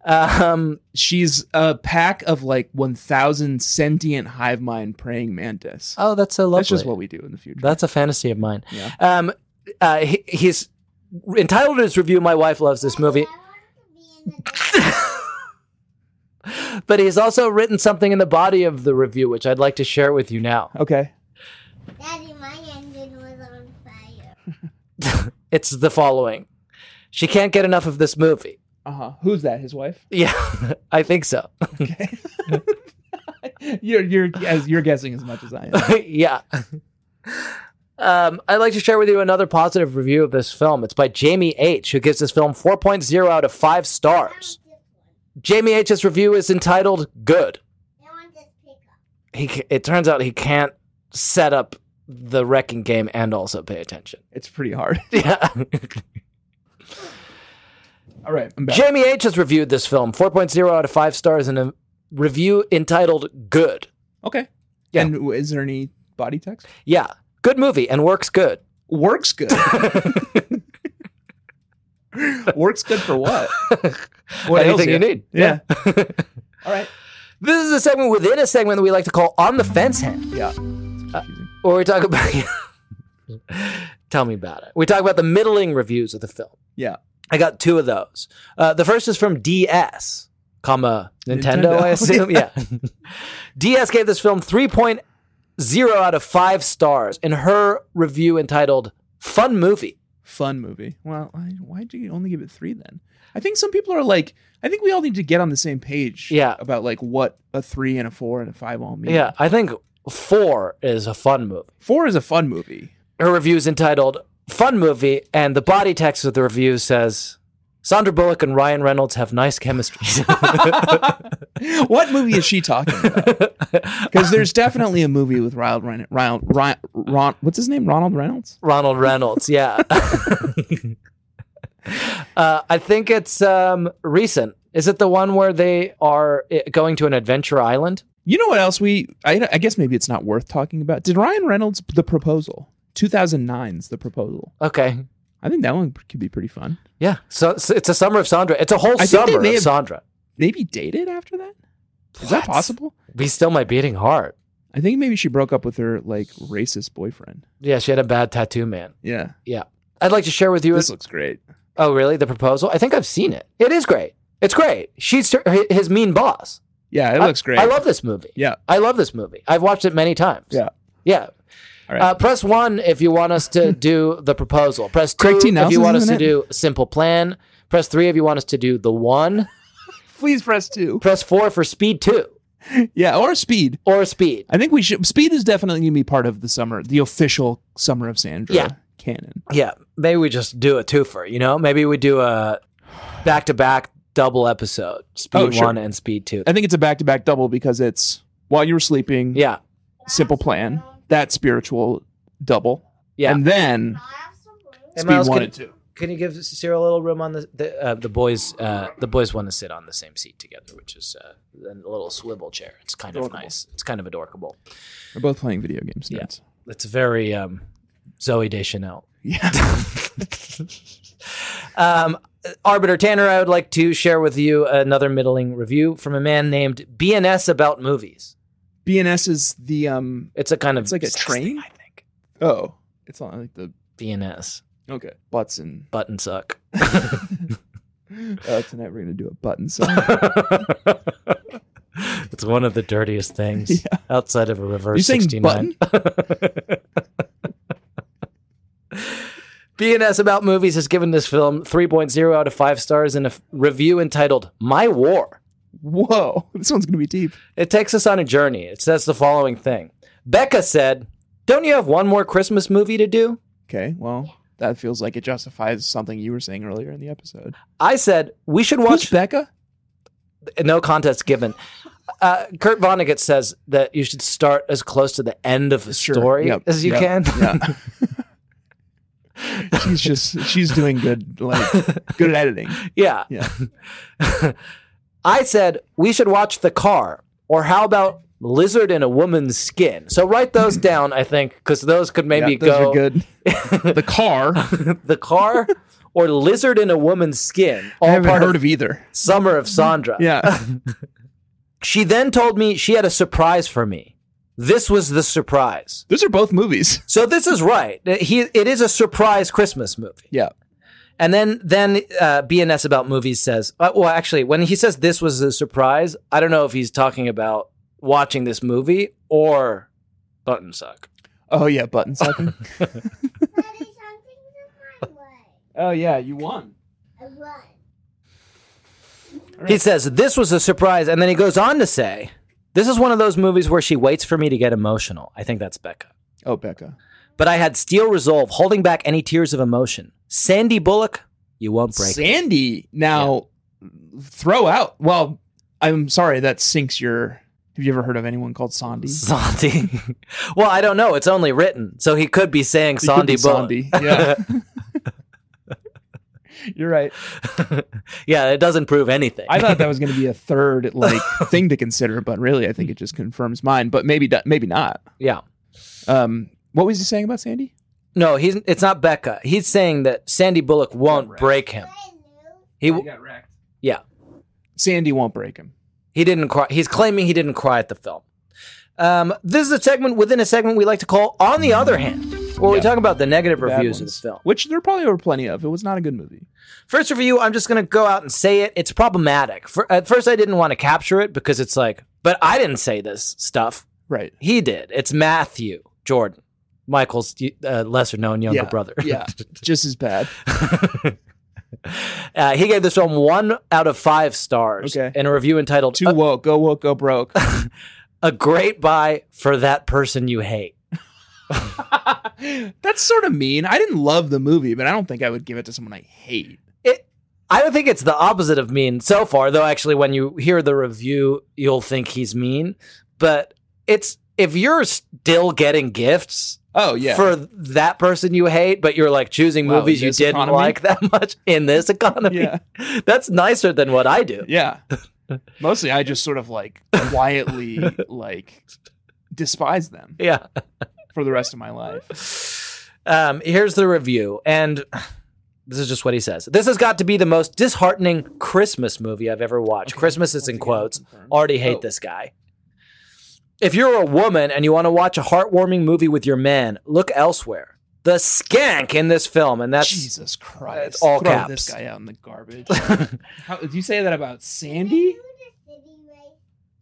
Speaker 2: Yeah. Um,
Speaker 1: She's a pack of like 1,000 sentient hive mind praying mantis.
Speaker 2: oh, that's so lovely.
Speaker 1: That's just what we do in the future.
Speaker 2: That's a fantasy of mine.
Speaker 1: Yeah.
Speaker 2: Um, uh, he, he's entitled his review. My wife loves this movie.
Speaker 3: I wanted to be in the desert.
Speaker 2: But he's also written something in the body of the review, which I'd like to share with you now.
Speaker 1: okay.
Speaker 3: Daddy, my engine was on fire.
Speaker 2: It's the following She can't get enough of this movie.
Speaker 1: Uh huh. Who's that? His wife?
Speaker 2: Yeah, I think so.
Speaker 1: Okay. you're you're as you're guessing as much as I am.
Speaker 2: yeah. Um, I'd like to share with you another positive review of this film. It's by Jamie H., who gives this film 4.0 out of 5 stars. Jamie H.'s review is entitled Good.
Speaker 3: I want this pickup.
Speaker 2: He, ca- it turns out he can't set up the wrecking game and also pay attention.
Speaker 1: It's pretty hard.
Speaker 2: Yeah.
Speaker 1: All right. I'm back.
Speaker 2: Jamie H. has reviewed this film 4.0 out of 5 stars in a review entitled Good.
Speaker 1: okay.
Speaker 2: Yeah.
Speaker 1: And w- is there any body text?
Speaker 2: Yeah, good movie and works good.
Speaker 1: Works good. Works good for what? What ails
Speaker 2: Anything you need.
Speaker 1: Yeah. All right.
Speaker 2: This is a segment within a segment that we like to call On the Fence Hand, Uh,
Speaker 1: Yeah. It's confusing.
Speaker 2: where we talk about. Tell me about it. We talk about the middling reviews of the film.
Speaker 1: yeah.
Speaker 2: I got two of those. Uh, the first is from DS, comma Nintendo,
Speaker 1: Nintendo.
Speaker 2: I assume. yeah. DS gave this film 3.0 out of 5 stars in her review entitled Fun Movie.
Speaker 1: fun movie. Well, I, why'd you only give it three then? I think some people are like, I think we all need to get on the same page
Speaker 2: Yeah.
Speaker 1: about like what a three and a four and a five all mean.
Speaker 2: Yeah, I think 4 is a fun movie.
Speaker 1: Four is a fun movie.
Speaker 2: her review is entitled "Fun Movie," and the body text of the review says, "Sandra Bullock and Ryan Reynolds have nice chemistry."
Speaker 1: What movie is she talking about? Because there's definitely a movie with Ronald Reynolds. Ron, Ron, Ron, what's his name? Ronald Reynolds?
Speaker 2: Ronald Reynolds, yeah. uh, I think it's um, recent. Is it the one where they are eh, going to an adventure island?
Speaker 1: You know what else we? I, I guess maybe it's not worth talking about. Did Ryan Reynolds the proposal? 2009's the proposal.
Speaker 2: Okay.
Speaker 1: I think that one could be pretty fun.
Speaker 2: Yeah. So, so it's a summer of Sandra. It's a whole
Speaker 1: I think they
Speaker 2: summer of
Speaker 1: may have-
Speaker 2: Sandra.
Speaker 1: Maybe dated after that. Is that possible?
Speaker 2: We still my beating heart.
Speaker 1: I think maybe she broke up with her like racist boyfriend.
Speaker 2: Yeah, she had a bad tattoo man.
Speaker 1: Yeah,
Speaker 2: Yeah. I'd like to share with you.
Speaker 1: this looks great.
Speaker 2: oh, really? The proposal? I think I've seen it. It is great. It's great. She's her- his mean boss.
Speaker 1: Yeah, it
Speaker 2: I-
Speaker 1: looks great.
Speaker 2: I love this movie.
Speaker 1: Yeah.
Speaker 2: I love this movie. I've watched it many times.
Speaker 1: Yeah.
Speaker 2: Yeah.
Speaker 1: All right.
Speaker 2: Uh, press one if you want us to do the proposal. Press two
Speaker 1: Craig T.
Speaker 2: if you
Speaker 1: Nelson's
Speaker 2: want us
Speaker 1: in
Speaker 2: to
Speaker 1: it?
Speaker 2: do simple plan. Press three if you want us to do the one.
Speaker 1: Please press two.
Speaker 2: Press four for speed two
Speaker 1: Yeah, or speed.
Speaker 2: or speed.
Speaker 1: I think we should. Speed is definitely gonna be part of the summer, the official summer of Sandra
Speaker 2: Yeah.
Speaker 1: canon.
Speaker 2: Yeah, maybe we just do a twofer. You know, maybe we do a back to back double episode, speed
Speaker 1: Oh, sure.
Speaker 2: one and speed two.
Speaker 1: I think it's a back to back double because it's while you were sleeping.
Speaker 2: Yeah,
Speaker 1: simple plan. That spiritual double.
Speaker 2: yeah.
Speaker 1: And then
Speaker 2: Hey,
Speaker 1: speed
Speaker 2: Miles,
Speaker 1: one
Speaker 2: can-
Speaker 1: and two.
Speaker 2: Can you give Cyril a little room on the the, uh, the boys? Uh, the boys want to sit on the same seat together, which is uh, a little swivel chair. It's kind
Speaker 1: Adorkable.
Speaker 2: of nice. It's kind of adorkable.
Speaker 1: We're both playing video games.
Speaker 2: Yeah.
Speaker 1: nerds.
Speaker 2: It's very um, Zoe Deschanel.
Speaker 1: Yeah.
Speaker 2: Um, Arbiter Tanner, I would like to share with you another middling review from a man named BNS about movies.
Speaker 1: BNS is the um
Speaker 2: It's a kind of
Speaker 1: It's like a
Speaker 2: sex
Speaker 1: train?
Speaker 2: thing, I think.
Speaker 1: oh. It's on like the
Speaker 2: BNS
Speaker 1: okay. Butts and
Speaker 2: button suck.
Speaker 1: uh, tonight we're gonna do a button song.
Speaker 2: it's one of the dirtiest things outside of a reverse
Speaker 1: You saying
Speaker 2: 69. BNS About Movies has given this film 3.0 out of 5 stars in a f- review entitled My War.
Speaker 1: Whoa. This one's gonna be deep.
Speaker 2: It takes us on a journey. It says the following thing Becca said, Don't you have one more Christmas movie to do?
Speaker 1: Okay. Well, that feels like it justifies something you were saying earlier in the episode.
Speaker 2: I said, We should watch
Speaker 1: Who's Becca?
Speaker 2: no contest given. Uh, Kurt Vonnegut says that you should start as close to the end of the
Speaker 1: Sure.
Speaker 2: story
Speaker 1: Yep.
Speaker 2: as you
Speaker 1: Yep.
Speaker 2: can.
Speaker 1: Yeah. she's just she's doing good like good at editing.
Speaker 2: Yeah.
Speaker 1: Yeah.
Speaker 2: I said we should watch The Car, or how about Lizard in a Woman's Skin? So write those down, I think, because those could maybe
Speaker 1: yeah, those
Speaker 2: go
Speaker 1: are good. the car.
Speaker 2: The Car or Lizard in a Woman's Skin,
Speaker 1: I
Speaker 2: all
Speaker 1: haven't
Speaker 2: part
Speaker 1: heard
Speaker 2: of
Speaker 1: of either.
Speaker 2: Summer of Sandra.
Speaker 1: Yeah.
Speaker 2: She then told me she had a surprise for me. This was the surprise.
Speaker 1: Those are both movies.
Speaker 2: So this is right. He, it is a surprise Christmas movie.
Speaker 1: Yeah.
Speaker 2: And then then uh, BNS about movies says, uh, well, actually, when he says this was a surprise, I don't know if he's talking about watching this movie or button suck.
Speaker 1: Oh yeah, button sucking.
Speaker 3: Daddy, something's in my way.
Speaker 1: oh yeah, you won.
Speaker 3: I run.
Speaker 2: He says this was a surprise, and then he goes on to say, "This is one of those movies where she waits for me to get emotional." I think that's Becca.
Speaker 1: Oh Becca.
Speaker 2: But I had steel resolve, holding back any tears of emotion. Sandy Bullock, you won't break. it.
Speaker 1: Sandy. Now throw out. Well, I'm sorry that sinks your have you ever heard of anyone called Sandy?
Speaker 2: Sandy. well, I don't know. It's only written, so he could be saying
Speaker 1: It could
Speaker 2: Sandy
Speaker 1: be
Speaker 2: Bullock.
Speaker 1: Sandy. Yeah. You're right.
Speaker 2: yeah, it doesn't prove anything.
Speaker 1: I thought that was going to be a third like thing to consider, but really, I think it just confirms mine. But maybe, do- maybe not.
Speaker 2: yeah.
Speaker 1: Um, what was he saying about Sandy?
Speaker 2: No, he's it's not Becca. He's saying that Sandy Bullock won't break him. He w-
Speaker 1: got wrecked.
Speaker 2: yeah,
Speaker 1: Sandy won't break him.
Speaker 2: he didn't cry. He's claiming he didn't cry at the film. Um, this is a segment within a segment we like to call on the other hand, where we talk about the negative
Speaker 1: Bad
Speaker 2: reviews of
Speaker 1: ones.
Speaker 2: this film.
Speaker 1: which there probably were plenty of. It was not a good movie.
Speaker 2: First review, I'm just going to go out and say it. It's problematic. For, at first, I didn't want to capture it because it's like, but I didn't say this stuff.
Speaker 1: Right.
Speaker 2: He did. It's Matthew Jordan, Michael's uh, lesser known younger
Speaker 1: yeah.
Speaker 2: brother.
Speaker 1: yeah. Just as bad.
Speaker 2: Uh, he gave this film one out of five stars
Speaker 1: Okay.
Speaker 2: in a review entitled
Speaker 1: Too
Speaker 2: a,
Speaker 1: woke. Go woke. Go broke.
Speaker 2: a Great Buy for That Person You Hate.
Speaker 1: That's sort of mean. I didn't love the movie, but I don't think I would give it to someone I hate.
Speaker 2: It, I don't think it's the opposite of mean so far, though actually, when you hear the review, you'll think he's mean. But it's if you're still getting gifts
Speaker 1: Oh yeah.
Speaker 2: for that person you hate, but you're like choosing
Speaker 1: Wow,
Speaker 2: movies
Speaker 1: in
Speaker 2: you
Speaker 1: this
Speaker 2: didn't
Speaker 1: economy?
Speaker 2: like that much in this economy,
Speaker 1: Yeah.
Speaker 2: that's nicer than what I do.
Speaker 1: yeah. Mostly, I just sort of like quietly like despise them
Speaker 2: Yeah.
Speaker 1: for the rest of my life.
Speaker 2: Um, here's the review, and this is just what he says. This has got to be the most disheartening Christmas movie I've ever watched. Christmas is in quotes. Already hate
Speaker 1: Oh.
Speaker 2: this guy. If you're a woman and you want to watch a heartwarming movie with your man, look elsewhere. The skank in this film, and that's
Speaker 1: Jesus Christ!
Speaker 2: that's all
Speaker 1: Throw
Speaker 2: caps.
Speaker 1: this guy out in the garbage. How, did you say that about Sandy?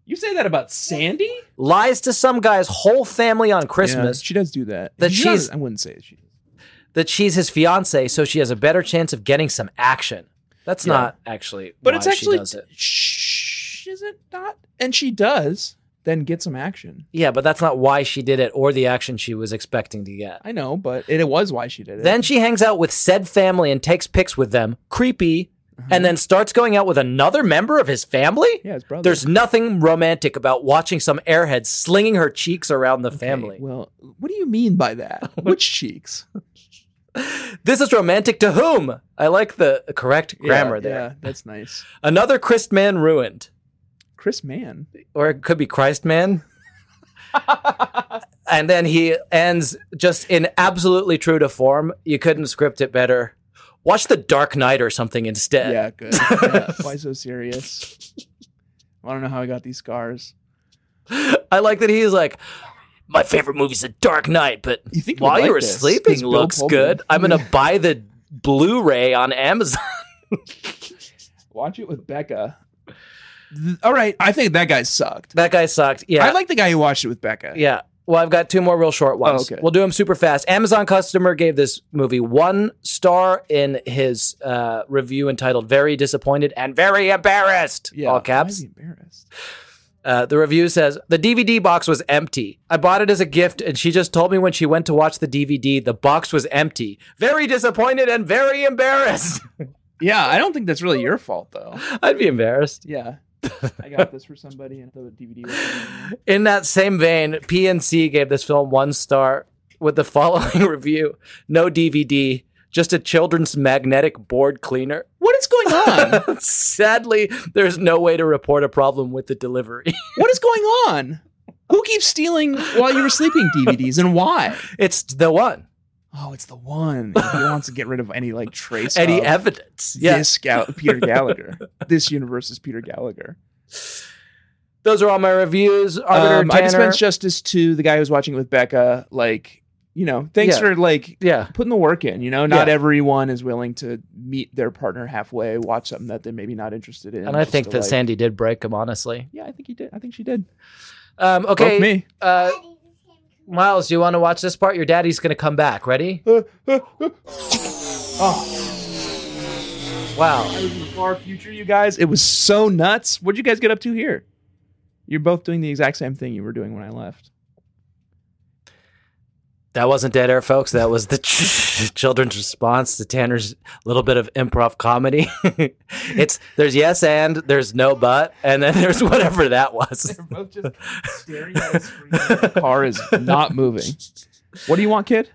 Speaker 1: You say that about Sandy?
Speaker 2: lies to some guy's whole family on Christmas.
Speaker 1: she does do that.
Speaker 2: That
Speaker 1: She does-
Speaker 2: she's-
Speaker 1: I wouldn't say she.
Speaker 2: that she's his fiance, so she has a better chance of getting some action. That's
Speaker 1: Yeah.
Speaker 2: not actually
Speaker 1: But
Speaker 2: why
Speaker 1: it's actually
Speaker 2: she does it.
Speaker 1: Shh, is it not? And she does. Then get some action.
Speaker 2: Yeah, but that's not why she did it or the action she was expecting to get.
Speaker 1: I know, but it, it was why she did it.
Speaker 2: Then she hangs out with said family and takes pics with them. Creepy. And then starts going out with another member of his family?
Speaker 1: Mm-hmm. yeah, his brother.
Speaker 2: There's nothing romantic about watching some airhead slinging her cheeks around the
Speaker 1: Okay,
Speaker 2: family.
Speaker 1: well, what do you mean by that? Which cheeks?
Speaker 2: This is romantic to whom? I like the correct grammar
Speaker 1: Yeah,
Speaker 2: there.
Speaker 1: Yeah, that's nice.
Speaker 2: Another Christman ruined.
Speaker 1: Chris Mann.
Speaker 2: or it could be Christ man. and then he ends just in absolutely true to form. You couldn't script it better. Watch The Dark Knight or something instead.
Speaker 1: Yeah, good. Yeah, why so serious? I don't know how I got these scars.
Speaker 2: I like that he's like, my favorite movie's The Dark Knight, but
Speaker 1: You think you would
Speaker 2: while you
Speaker 1: like
Speaker 2: were
Speaker 1: this.
Speaker 2: sleeping
Speaker 1: It's Bill
Speaker 2: looks
Speaker 1: Pullman.
Speaker 2: good. I'm gonna buy the Blu-ray on Amazon.
Speaker 1: Watch it with Becca. Th- All right, I think that guy sucked.
Speaker 2: that guy sucked. Yeah,
Speaker 1: I like the guy who watched it with Becca.
Speaker 2: yeah. Well, I've got two more real short ones.
Speaker 1: okay.
Speaker 2: We'll do them super fast. Amazon customer gave this movie one star in his uh, review entitled "Very Disappointed and Very Embarrassed." All
Speaker 1: Why is
Speaker 2: caps.
Speaker 1: he embarrassed?
Speaker 2: Uh, the review says the DVD box was empty. I bought it as a gift, and she just told me when she went to watch the DVD, the box was empty. Very disappointed and very embarrassed.
Speaker 1: Yeah, I don't think that's really your fault though.
Speaker 2: I'd be embarrassed.
Speaker 1: Yeah. I got this for somebody and the DVD was in
Speaker 2: In that same vein, PNC gave this film one star with the following review No DVD, just a children's magnetic board cleaner.
Speaker 1: What is going on?
Speaker 2: Sadly, there's no way to report a problem with the delivery.
Speaker 1: what is going on? Who keeps stealing while you were sleeping DVDs and why?
Speaker 2: it's the one.
Speaker 1: Oh, it's the one. If He wants to get rid of any like trace
Speaker 2: Any
Speaker 1: of
Speaker 2: evidence? Yeah.
Speaker 1: this Gal- Peter Gallagher. this universe is Peter Gallagher.
Speaker 2: Those are all my reviews. Arbiter
Speaker 1: Um, I
Speaker 2: Tanner.
Speaker 1: dispense justice to the guy who's watching it with Becca. Like, you know, thanks
Speaker 2: Yeah.
Speaker 1: for like
Speaker 2: yeah.
Speaker 1: putting the work in. You know, not
Speaker 2: Yeah.
Speaker 1: everyone is willing to meet their partner halfway, watch something that they're maybe not interested in.
Speaker 2: And I
Speaker 1: just
Speaker 2: think
Speaker 1: to,
Speaker 2: that
Speaker 1: like-
Speaker 2: Sandy did break him, honestly.
Speaker 1: Yeah, I think he did. I think she did.
Speaker 2: Um, okay.
Speaker 1: Both me.
Speaker 2: Uh, Miles, you want to watch this part? Your daddy's going to come back. Ready? Wow.
Speaker 1: I was in the far future, you guys. It was so nuts. What'd you guys get up to here? You're both doing the exact same thing you were doing when I left.
Speaker 2: That wasn't dead air, folks. That was the ch- children's response to Tanner's little bit of improv comedy. it's there's yes and there's no but, and then there's whatever that was.
Speaker 1: both just staring at a screen. The car is not moving. What do you want, kid?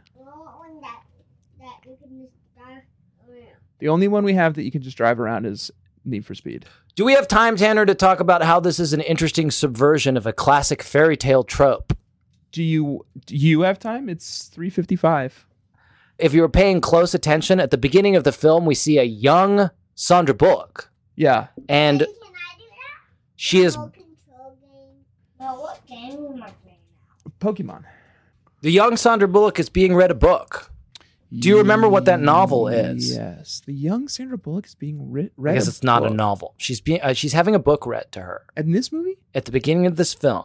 Speaker 1: The only one we have that you can just drive around is Need for Speed.
Speaker 2: Do we have time, Tanner, to talk about how this is an interesting subversion of a classic fairy tale trope?
Speaker 1: Do you do you have time? It's three fifty five.
Speaker 2: If you were paying close attention, at the beginning of the film, we see a young Sandra Bullock,
Speaker 1: Yeah.
Speaker 2: and she is
Speaker 3: what game am I playing
Speaker 1: Pokemon.
Speaker 2: the young Sandra Bullock is being read a book. Do you remember what that novel is?
Speaker 1: Yes. The young Sandra Bullock is being writ- read.
Speaker 2: I guess
Speaker 1: a
Speaker 2: it's not a
Speaker 1: book.
Speaker 2: novel. She's being uh, she's having a book read to her
Speaker 1: In this movie?
Speaker 2: at the beginning of this film.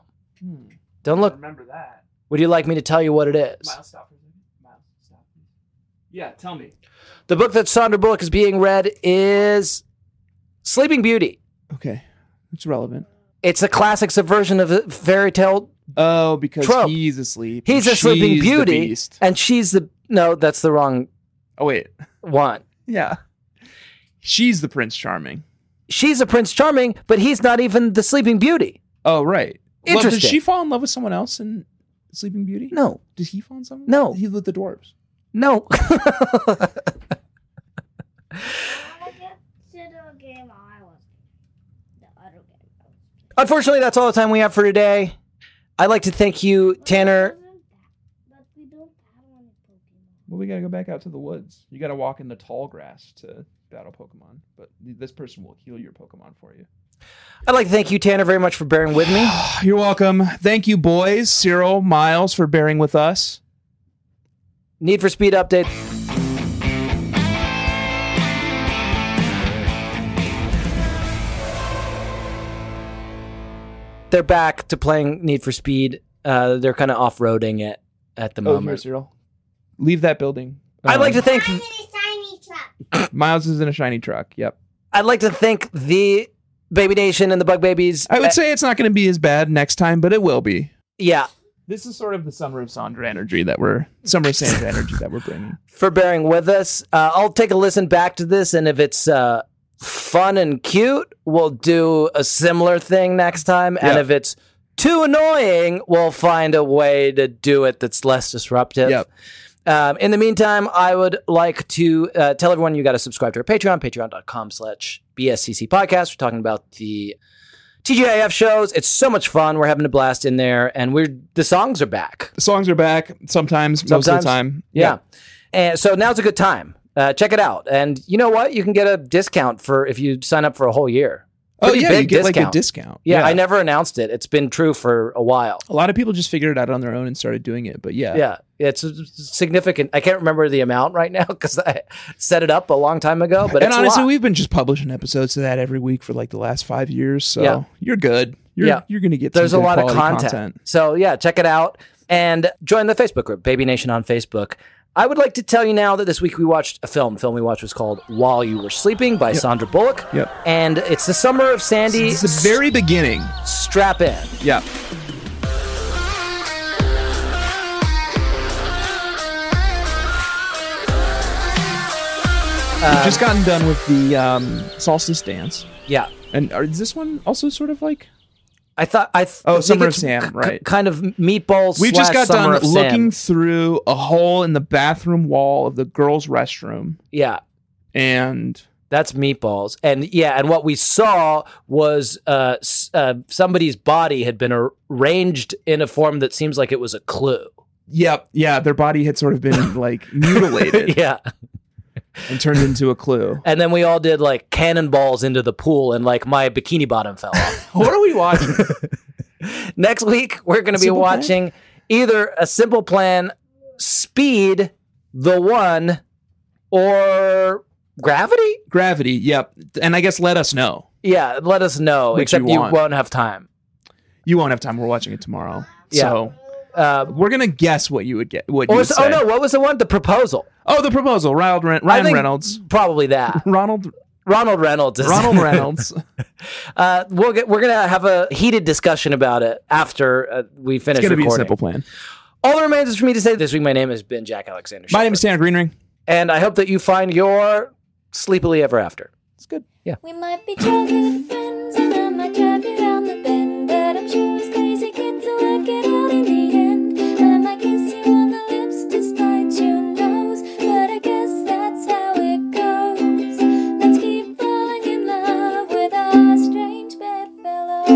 Speaker 2: Don't look.
Speaker 1: remember that.
Speaker 2: Would you like me to tell you what it is?
Speaker 1: stop for a second. Miles, stop. Yeah, tell me.
Speaker 2: The book that Sandra Bullock is being read is Sleeping Beauty.
Speaker 1: Okay. It's relevant.
Speaker 2: It's a classic subversion of a fairy tale.
Speaker 1: Oh, because
Speaker 2: Trump.
Speaker 1: he's asleep.
Speaker 2: He's
Speaker 1: and
Speaker 2: a Sleeping
Speaker 1: she's the
Speaker 2: Beauty,
Speaker 1: beast.
Speaker 2: and she's the no. That's the wrong
Speaker 1: Oh wait.
Speaker 2: one.
Speaker 1: Yeah. She's the Prince Charming.
Speaker 2: She's a Prince Charming, but he's not even the Sleeping Beauty.
Speaker 1: Oh right. Well, did
Speaker 2: Interesting.
Speaker 1: she fall in love with someone else in Sleeping Beauty?
Speaker 2: No,
Speaker 1: Did he fall in someone?
Speaker 2: No.
Speaker 1: He with the dwarves.
Speaker 2: no.
Speaker 3: I get to the game I was. The other game. I was.
Speaker 2: Unfortunately, that's all the time we have for today. I'd like to thank you, Tanner.
Speaker 3: But we don't have any Pokemon.
Speaker 1: Well, we gotta go back out to the woods. You gotta walk in the tall grass to battle Pokemon. But this person will heal your Pokemon for you.
Speaker 2: I'd like to thank you, Tanner, very much for bearing with me.
Speaker 1: You're welcome. Thank you, boys. Cyril, Miles, for bearing with us.
Speaker 2: Need for Speed update. They're back to playing Need for Speed. Uh, they're kind of off-roading it at the
Speaker 1: Oh, here,
Speaker 2: moment.
Speaker 1: Cyril. Leave that building.
Speaker 2: I'd like to
Speaker 1: Um,
Speaker 2: thank
Speaker 3: I'm in a shiny truck.
Speaker 1: Miles is in a shiny truck. Yep.
Speaker 2: I'd like to thank the Baby Nation and the Bug Babies.
Speaker 1: I
Speaker 2: Uh,
Speaker 1: would say it's not going to be as bad next time, but it will be.
Speaker 2: yeah,
Speaker 1: This is sort of the summer of Sandra energy that we're summer of Sandra energy that we're bringing.
Speaker 2: for bearing with us. Uh, I'll take a listen back to this, and if it's uh, fun and cute, we'll do a similar thing next time. And
Speaker 1: Yeah.
Speaker 2: if it's too annoying, we'll find a way to do it that's less disruptive.
Speaker 1: Yep.
Speaker 2: Um, in the meantime, I would like to uh, tell everyone you got to subscribe to our Patreon, patreon.com slash BSCC podcast. We're talking about the TGIF shows. It's so much fun. We're having a blast in there, and we're the songs are back.
Speaker 1: The songs are back sometimes, most of
Speaker 2: Sometimes.
Speaker 1: the time.
Speaker 2: Yeah. And so now's a good time. Uh, check it out. And you know what? You can get a discount for if you sign up for a whole year.
Speaker 1: Oh
Speaker 2: Pretty
Speaker 1: yeah,
Speaker 2: big
Speaker 1: you get like a
Speaker 2: discount.
Speaker 1: discount.
Speaker 2: Yeah, I never announced it. It's been true for a while.
Speaker 1: A lot of people just figured it out on their own and started doing it. But yeah,
Speaker 2: Yeah, it's significant. I can't remember the amount right now because I set it up a long time ago. But
Speaker 1: and
Speaker 2: it's
Speaker 1: honestly,
Speaker 2: a lot.
Speaker 1: we've been just publishing episodes of that every week for like the last five years. So
Speaker 2: Yeah.
Speaker 1: you're good. You're,
Speaker 2: Yeah.
Speaker 1: you're gonna get some
Speaker 2: there's a
Speaker 1: good
Speaker 2: lot of
Speaker 1: quality
Speaker 2: content. So yeah, check it out and join the Facebook group, Baby Nation on Facebook. I would like to tell you now that this week we watched a film. The film we watched was called While You Were Sleeping by Sandra Bullock.
Speaker 1: Yep.
Speaker 2: And it's the summer of Sandy.
Speaker 1: It's the very beginning.
Speaker 2: strap in.
Speaker 1: Yeah.
Speaker 2: Um,
Speaker 1: We've just gotten done with the um, solstice dance,
Speaker 2: Yeah.
Speaker 1: and are, is this one also sort of like?
Speaker 2: I thought I th-
Speaker 1: Oh,
Speaker 2: think
Speaker 1: Summer of
Speaker 2: it's
Speaker 1: Sam,
Speaker 2: k-
Speaker 1: right.
Speaker 2: kind of meatballs.
Speaker 1: We just got
Speaker 2: slash Summer
Speaker 1: done
Speaker 2: of Sam.
Speaker 1: looking through a hole in the bathroom wall of the girls' restroom,
Speaker 2: Yeah,
Speaker 1: and
Speaker 2: that's meatballs, and yeah, and what we saw was uh, s- uh, somebody's body had been ar- arranged in a form that seems like it was a clue.
Speaker 1: yep, yeah, their body had sort of been like mutilated
Speaker 2: yeah,
Speaker 1: and turned into a clue.
Speaker 2: and then we all did like cannonballs into the pool, and like my bikini bottom fell off.
Speaker 1: What are we watching?
Speaker 2: Next week we're going to be
Speaker 1: Simple Plan?
Speaker 2: watching either a Simple Plan, Speed, The One, or Gravity.
Speaker 1: Gravity. Yep, and I guess let us know.
Speaker 2: Yeah, let us know.
Speaker 1: Which
Speaker 2: except
Speaker 1: you
Speaker 2: you,
Speaker 1: want.
Speaker 2: won't have time.
Speaker 1: You won't have time. We're watching it tomorrow.
Speaker 2: Yeah.
Speaker 1: So
Speaker 2: Uh,
Speaker 1: we're gonna guess what you would get. What you
Speaker 2: or
Speaker 1: would
Speaker 2: was-
Speaker 1: say.
Speaker 2: oh no, what was the one? The proposal.
Speaker 1: Oh, the proposal. Ronald Ren-
Speaker 2: I
Speaker 1: Ryan
Speaker 2: think
Speaker 1: Reynolds.
Speaker 2: Probably that.
Speaker 1: Ronald
Speaker 2: Ronald Reynolds. Is
Speaker 1: Ronald Reynolds.
Speaker 2: uh, we'll get, we're gonna have a heated discussion about it after uh, we finish
Speaker 1: It's gonna be a
Speaker 2: recording.
Speaker 1: simple plan.
Speaker 2: All that remains is for me to say this week. My name has been Jack Alexander.
Speaker 1: My name is
Speaker 2: Shepard,
Speaker 1: Tanner Greenring.
Speaker 2: and I hope that you find your sleepily ever after.
Speaker 1: It's good.
Speaker 4: We might be childhood friends, and I might drive you round the bend. But I'm sure as crazy kids will work it out in the end. I might kiss you on the lips despite your nose. But I guess that's how it goes. Let's keep falling in love with our strange bedfellows.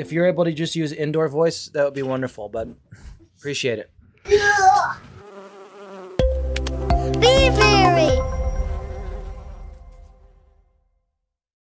Speaker 2: If you're able to just use indoor voice, that would be wonderful. But appreciate it.
Speaker 3: Be very